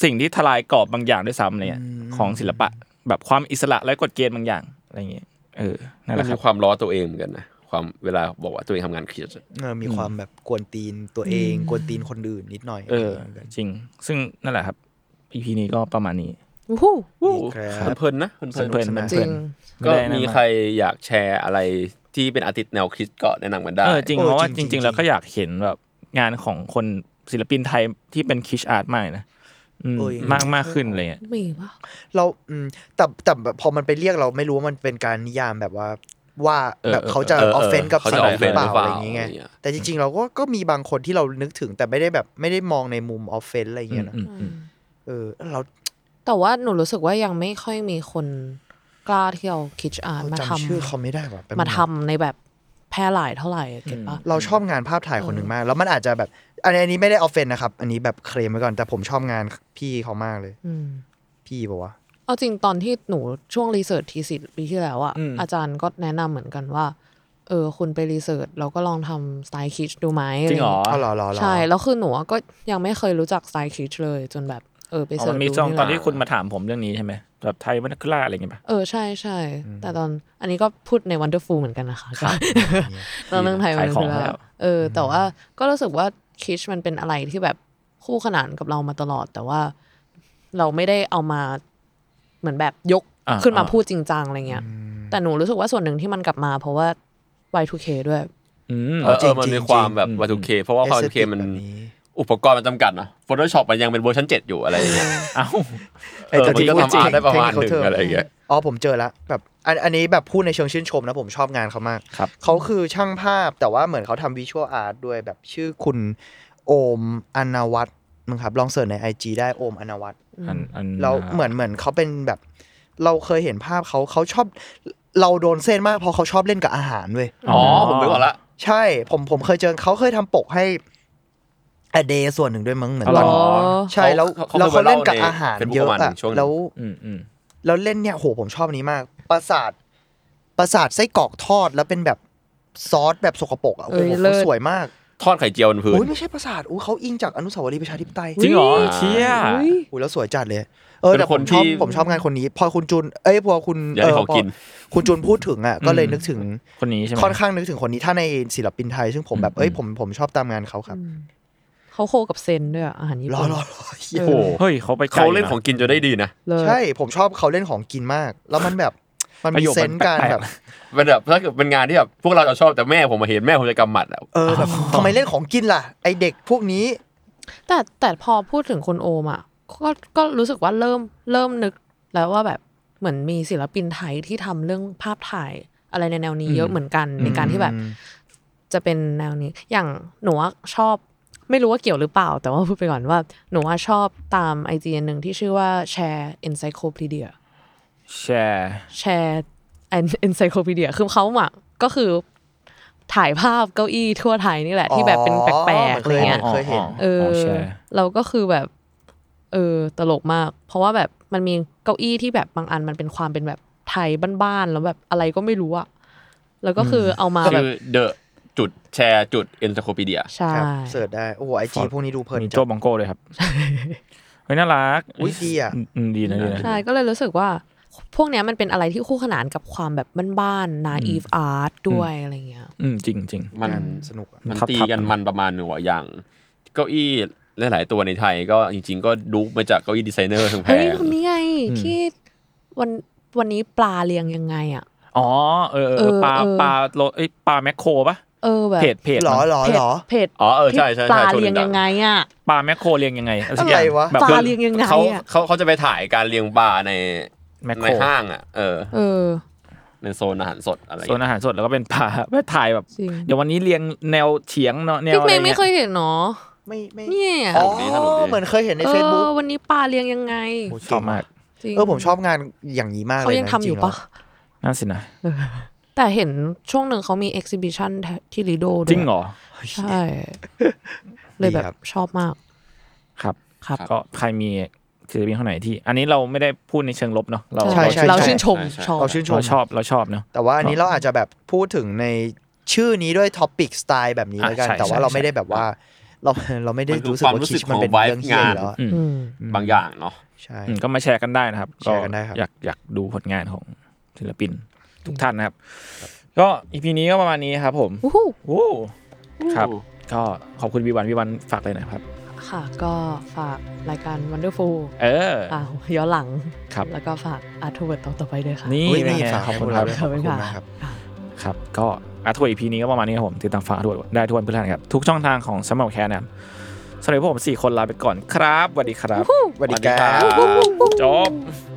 C: สิ่งที่ทลายกรอบบางอย่างด้วยซ้ำอะไรเลยของศิลปะ แบบความอิสระและกฎเกณฑ์บางอย่างอะไรอย่างเงี้ยเออนั่นแห
E: มัน
C: ละค
E: มี
C: รับ
E: ความล้อตัวเองเหมือนกันนะความเวลาบอกว่าตัวเองทำงานเครียด
D: เออมีความแบบกวนตีนตัวเองกวนตีนคนอื่นนิดหน่อย
C: เออ จริง ซึ่งนั่นแหละครับอีพีนี้ก็ประมาณนี้
F: วู้ฮู้
D: ค
E: มั
D: รั
E: น
D: บ
E: เพลินๆนะมันเพลิน
C: เพลินๆนะ
F: จริง
E: ก็
C: ไได้นะ
E: มีใครอยากแชร์อะไรที่เป็นอาร์ติสต์แนวคริสก็แนะนำกันได้
C: เออจริง
D: เออ
C: เพราะว่า
D: จ
C: จ
D: ริงๆ
C: ริง ๆ
D: จริงๆ
C: แล้วก็อยากเห็นแบบงานของคนศิลปินไทยที่เป็นคิชอาร์ตมากนะอืม
D: เออ
C: มากมากขึ้นอะไรเลย
F: มีปะ
D: เราอืมแต่แต่แบบพอมันไปเรียกเราไม่รู้ว่ามันเป็นการนิยามแบบว่าว่า
E: ออ
D: แบบเขาจะ
E: อ
D: ออฟเฟนกับ
E: ขา
D: สั
E: จะ
D: งคมหรื
E: offend
D: อเปล่า
E: ห
D: อะไรอย่างเงี้ย
E: ย
D: แต่จริง ๆ เราก็ก็มีบางคนที่เรานึกถึงแต่ไม่ได้แบบไม่ได้มองในมุมออฟเฟนอะไรอย่างเงี้ยนะ
C: อืมอืม
D: เออเรา
F: แต่ว่าหนูรู้สึกว่ายังไม่ค่อยมีคนกล้าที่เอาคิชอาร์ตมา
D: จำ
F: ทำ
D: ชื่อเขาไม่ได้ว่ะแป๊บนึง
F: มาทำในแบบแพร่หลายเท่าไหร่อะเก็ตปะ
D: เราชอบงานภาพถ่ายคนหนึ่งมาก แล้วมันอาจจะแบบ อันนี้อันนี้ไม่ได้ออฟเฟนนะครับ อันนี้แบบเคลมไว้ก่อน แต่ผมชอบงานพี่เขามากเลย
F: อืม
D: พี่บอกว่า
F: เอาจริงตอนที่หนูช่วงรีเสิร์ชทีสิปีที่แล้วอะ
C: อืม
F: อาจารย์ก็แนะนำเหมือนกันว่า เออ คุณไปรีเสิร์ชแล้วก็ลองทำสไตล์คิชดูไหม
C: จริงเหรอ
D: เอาเหรอเหรอเหรอ
F: ใช่ แล้วคือหนูอะก็ยังไม่เคยรู้จักสไตล์คิชเลย จนแบบเออไป
C: อ๋อ
F: เสิ
C: มัน
F: ร์ชดู
C: มีช่องตอนที่
F: แหละ
C: คุณมาถามผมเรื่องนี้ใช่ไหมแบบไทยวัฒนคลาอะไรอย่างเงี้ยป่ะ
F: เออใช่ใช่แต่ตอนอันนี้ก็พูดใน Wonderful เหมือนกันนะคะ
C: ครับ
F: ตอนเรื่องไทย
C: ขายของ
F: มันคือ
C: แล้ว
F: เออ แต่ว่าก็รู้สึกว่าคิชมันเป็นอะไรที่แบบคู่ขนานกับเรามาตลอด แต่ว่าเราไม่ได้เอามาเหมือนแบบยก
C: อ่า
F: ขึ้นมา
C: อ่า
F: พูดจริงจังอะไรเงี้ย แต่หนูรู้สึกว่าส่วนหนึ่งที่มันกลับมาเพราะว่า Y2K ด้วย
C: อืม
E: เออเออมันมีความแบบ Y2K เพราะว่า Y2K
D: เอสเตติก
E: มัน
D: แบบนี้
E: อุปกรณ์มันจำกัดนะ Photoshop มันยังเป็นเวอร์ชัน7อยู่อะไรอย่างเงี้ย
C: เอ้า
E: เออมันก็ทำอาร์ตได้ประมาณห
D: เท
E: นึ่
D: คนิค
E: ง
D: เทอ
E: อะไรอย่างเงี้ย
D: อ๋อผมเจอแล้วแบบอันอันนี้แบบพูดในเชิงชื่นชมนะผมชอบงานเขามาก
C: ครับ
D: เขาคือช่างภาพแต่ว่าเหมือนเขาทำวิชวลอาร์ตด้วยแบบชื่อคุณโอมอนาวัตรมั้งครับลองเสิร์ชใน IG ได้โอมอนาวัตร
C: อันอัน
D: เราเหมือนเหมือนเขาเป็นแบบ เราเคยเห็นภาพเขาเขาชอบ เราโดนเส้นมากเพราะเขาชอบเล่นกับอาหารเว้ย
E: อ๋อผมนึกออกละ
D: ใช่ผมผมเคยเจอเขาเคยทำปกให้อเดส่วนหนึ่งด้วยมั้งเหมือน
C: อ๋อเหรอ
D: ใช่แล้ว
E: เขาเขา
D: แล้วเขาเล่นกับ
E: เคยมาเล่าใน
D: อาหารเยอะ
E: Facebook ประมาณหนึ่
D: อะ
E: งช่วงหนึ่ง
D: แล้ว
C: อืมอืม
D: แล้วเล่นเนี่ยโหผมชอบอันนี้มาก ประสาทประสาทไส้กรอกทอดแล้วเป็นแบบซอสแบบสกปรกอะโอ้
F: เอ้
D: โห
F: ยเลิศ
D: สวยมาก
E: ทอดไข่เจียวบนพื้น
D: โอ้ยไม่ใช่ประสาทอู้เขาอิงจากอนุสาวรีย์ประชาธิปไตย
C: จริงเหรอ
E: อุ๊ย
C: เชี่ย
F: อุ๊ย
D: โอ้ยแล้วสวยจัดเลย เออ
E: เป็น
D: แต่ผม
E: คน
D: ชอบ
E: ที่
D: ผมชอบงานคนนี้ พอคุณจุน เอ้ยพอคุณ
E: อยากให้เขา
D: พอ
E: กิน
D: คุณจุนพูดถึงอ่ะ ก็เลยนึกถึง
C: คนนี้ใช่ไหม
D: ค่อนข้างนึกถึงคนนี้ถ้าในศิลปินไทย ซึ่งผมแบบ
C: อืม
D: เอ้ยผมผมชอบตามงานเขาครับ
F: เขาโคกับเซนด้วยอะอาหารญี่
D: รอ
F: ปุ่น
D: รอรอเหี้ย
E: โอ้โห
C: เฮ้ยเขาไปไก
E: เขาเล่นะ ของกินจนได้ดีนะ
F: เลย
D: ใช่ผมชอบเขาเล่นของกินมาก แล้วมันแบบ มัน
C: ประ
D: มี
C: โยคมัน
D: เซนส์การ
C: แปลกๆ
D: แบบ
E: เป็นแบบถ้าเกิดเป็นงานที่แบบพวกเราจะชอบแต่แม่ผมมาเห็นแม่ผมจะกำหมัดอะ
D: เออแบบทำไมเล่นของกินล่ะ ไอเด็กพวกนี้
F: แต่แต่พอพูดถึงคนโอมอ่ะก็ก็รู้สึกว่าเริ่มเริ่มนึกแล้วว่าแบบเหมือนมีศิลปินไทยที่ทำเรื่องภาพถ่ายอะไรในแนวนี้เยอะเหมือนกันในการที่แบบ จะเป็นแนวนี้ อย่างหนูว่าชอบไม่รู้ว่าเกี่ยวหรือเปล่า แต่ว่าพูดไปก่อนว่าหนูว่าชอบตามไอจีหนึ่งที่ชื่อว่าแชร์ encyclopedia
C: แชร์
F: แชร์เอ็นไซโคพีเดียคือเขาอะก็คือถ่ายภาพเก้าอี้ทั่วไทยนี่แหละ ที่แบบเป็นแปลกๆอะไรเงี้ย
D: เคยเห็น
F: เออ
C: แชร์
F: เราก็คือแบบ เออตลกมาก เพราะว่าแบบมันมีเก้าอี้ที่แบบบางอันมันเป็นความเป็นแบบไทยบ้านๆแล้วแบบอะไรก็ไม่รู้อะแล้วก็คือเอามาแบ
E: ชื่
F: บ
E: อ The จุดแชร์จุด encyclopedia
F: ใช่
D: ครับเสิร์ชได้ โอ้โหไอจีพวกนี้ดูเพลิน
C: มี
D: จั
C: โจ้
D: ง
C: บังโก้เลยครับเฮ้ยน่ารัก
D: อุ๊ยดีอะ
C: มมดีนะดีนะ
F: ใช่ก็เลยรู้สึกว่า พวกเนี้ยมันเป็นอะไรที่คู่ขนานกับความแบบบ้านๆนาอีฟอาร์ตด้วยอะไรเงี้ย
C: อืมจริงจริง
E: มัน
D: สนุกอะ
E: มัน
C: ทับๆ
E: ตีกันมันประมาณหนึ่งว่ะอย่าง เก้าอี้หลาย ๆ ตัวในไทยก็จริง ๆ ก็ดูมาจากเก้าอี้ดีไซเนอร์ทั้งแพ
F: เฮ้ย
E: ง
F: คนนี้ไงที่วันวันนี้ปลาเรียงยังไงอ่ะ
C: ๆอ๋อเออเออ
F: เออ
C: ปลา
F: เออ
C: ปลาโลเอ้ยปลาแมคโครปะ
F: เออแบบ
C: เพจเพจ
D: หรอ
C: มั้ง
D: หรอ
F: เพจ
D: หรอ
F: เพจ
E: อ๋อเออใช่ใช่
F: ที่ปลา
E: ใช่ช่วงหนึ่ง
F: เรียงยังไงอ่ะ
C: ปลาแมคโครเรียงยังไงสักย่าง
D: อะไรวะ
C: แบบ
F: ปลาเรียงยังไง
E: เขา
F: อ่ะ
E: เขาเขาจะไปถ่ายการเลี้ยงปลาใน
C: แมคโค
E: ใน
C: ร
E: ห้างอ่ะเออ
F: เออ
E: ในโซนอาหารสดอะไร
C: โซนอาหารสดแล้วก็เป็นปลา (laughs) ไปถ่ายแบบ
F: จริง
C: เดี๋ยววันนี้เรียงแนวเฉียงเนาะแนว
F: พี่
C: อะไร
F: เม
C: เงี้
F: ย์ไม่
C: ย
F: เคยเห็นเนาะ
D: ไม่ไม่
F: เนี่ย
D: อ๋อ
E: สนุกดีสนุกดี
D: เหมือนเคยเห็นใน
F: เอ
D: เฟซบุ๊ก
F: อวันนี้ปลาเรียงยังไง
C: ชอบมาก
F: จริง
D: เออผมชอบงานอย่างนี้มากเลย
F: เขายัง
D: นะ
F: ทำอ
D: จริ
F: ยู่
D: งๆแล้ว
F: ปะ
C: นั่นสินะ
F: แต่เห็นช่วงหนึ่งเขามี e อ h i b i t i o n ที่ลีโดด้วย
C: จริงเหรอ
F: ใช่ เลยแบบชอบมาก
C: ครับ
F: ครับ
C: ก็ใครมีศิลปินคนไหนที่ อันนี้เราไม่ได้พูดในเชิงลบเนาะเรา
D: ใช่ใช่
F: เรา
D: ใช่
F: ชื่นชม
E: ใช่
F: ชอบ
D: เราชื่นชม
C: เราชอบเราชอบเนาะ
D: แต่ว่าอันนี้เราอาจจะแบบพูดถึงในชื่อนี้ด้วยท็อปิกสไตล์แบบนี้แล้วกัน
C: อ่ะใช่
D: แต่ว่า
C: ใช่
D: เราไม่
C: ใช่
D: ได้แบบว่า เราเราไม่ได้
E: มันคือ
D: รู้สึก
E: ความ
D: ว่า
E: รู้
D: คิ
E: สึ
D: ช
E: ก
D: มันเป็น
E: ของ
D: เรื่องเหี้ยอ
E: vibe
D: ยู่แล้วอะ
C: งาน
F: อืม
E: บางอย่างเนาะ
D: ใช่
C: อืมก็มาแชร์กันได้นะครับ
D: แชร์กันได้ครับ
C: อยากอยากดูผลงานของศิลปินทุกท่านนะครับ ก็อีพีนี้ก็ประมาณนี้ครับผม
F: วู้ฮู้
C: โอ้ครับ ก็ขอบคุณวีวันวีวันฝากเลยนะครับ
F: ค่ะ ก็ฝากรายการ Wonderful
C: เออ
F: อ้าวย้อนหลัง
C: ครับ
F: แล้วก็ฝากอาร์ทเวิร์ดต่อไปด้วยค่ะ
C: นี่
D: อุ๊ย
C: เป็นไง
D: ฝาก
C: ขอบคุณค
D: ให้
C: รับ
D: พวก
F: ขอบคุณ
D: เา
F: ค่ะ
D: ด้วยครับ
C: ครับ ก็อาทวยอีพีนี้ก็ประมาณนี้ครับผม ติดตามฟังอาทวยได้ทุกวันพฤหัสครับ ทุกช่องทางของสำหรับแคร์นะครับสำหรับพวกผม 4 คนลาไปก่อนครับสวัสดีครับ
D: สวัสดีครับ
E: บ
C: จบ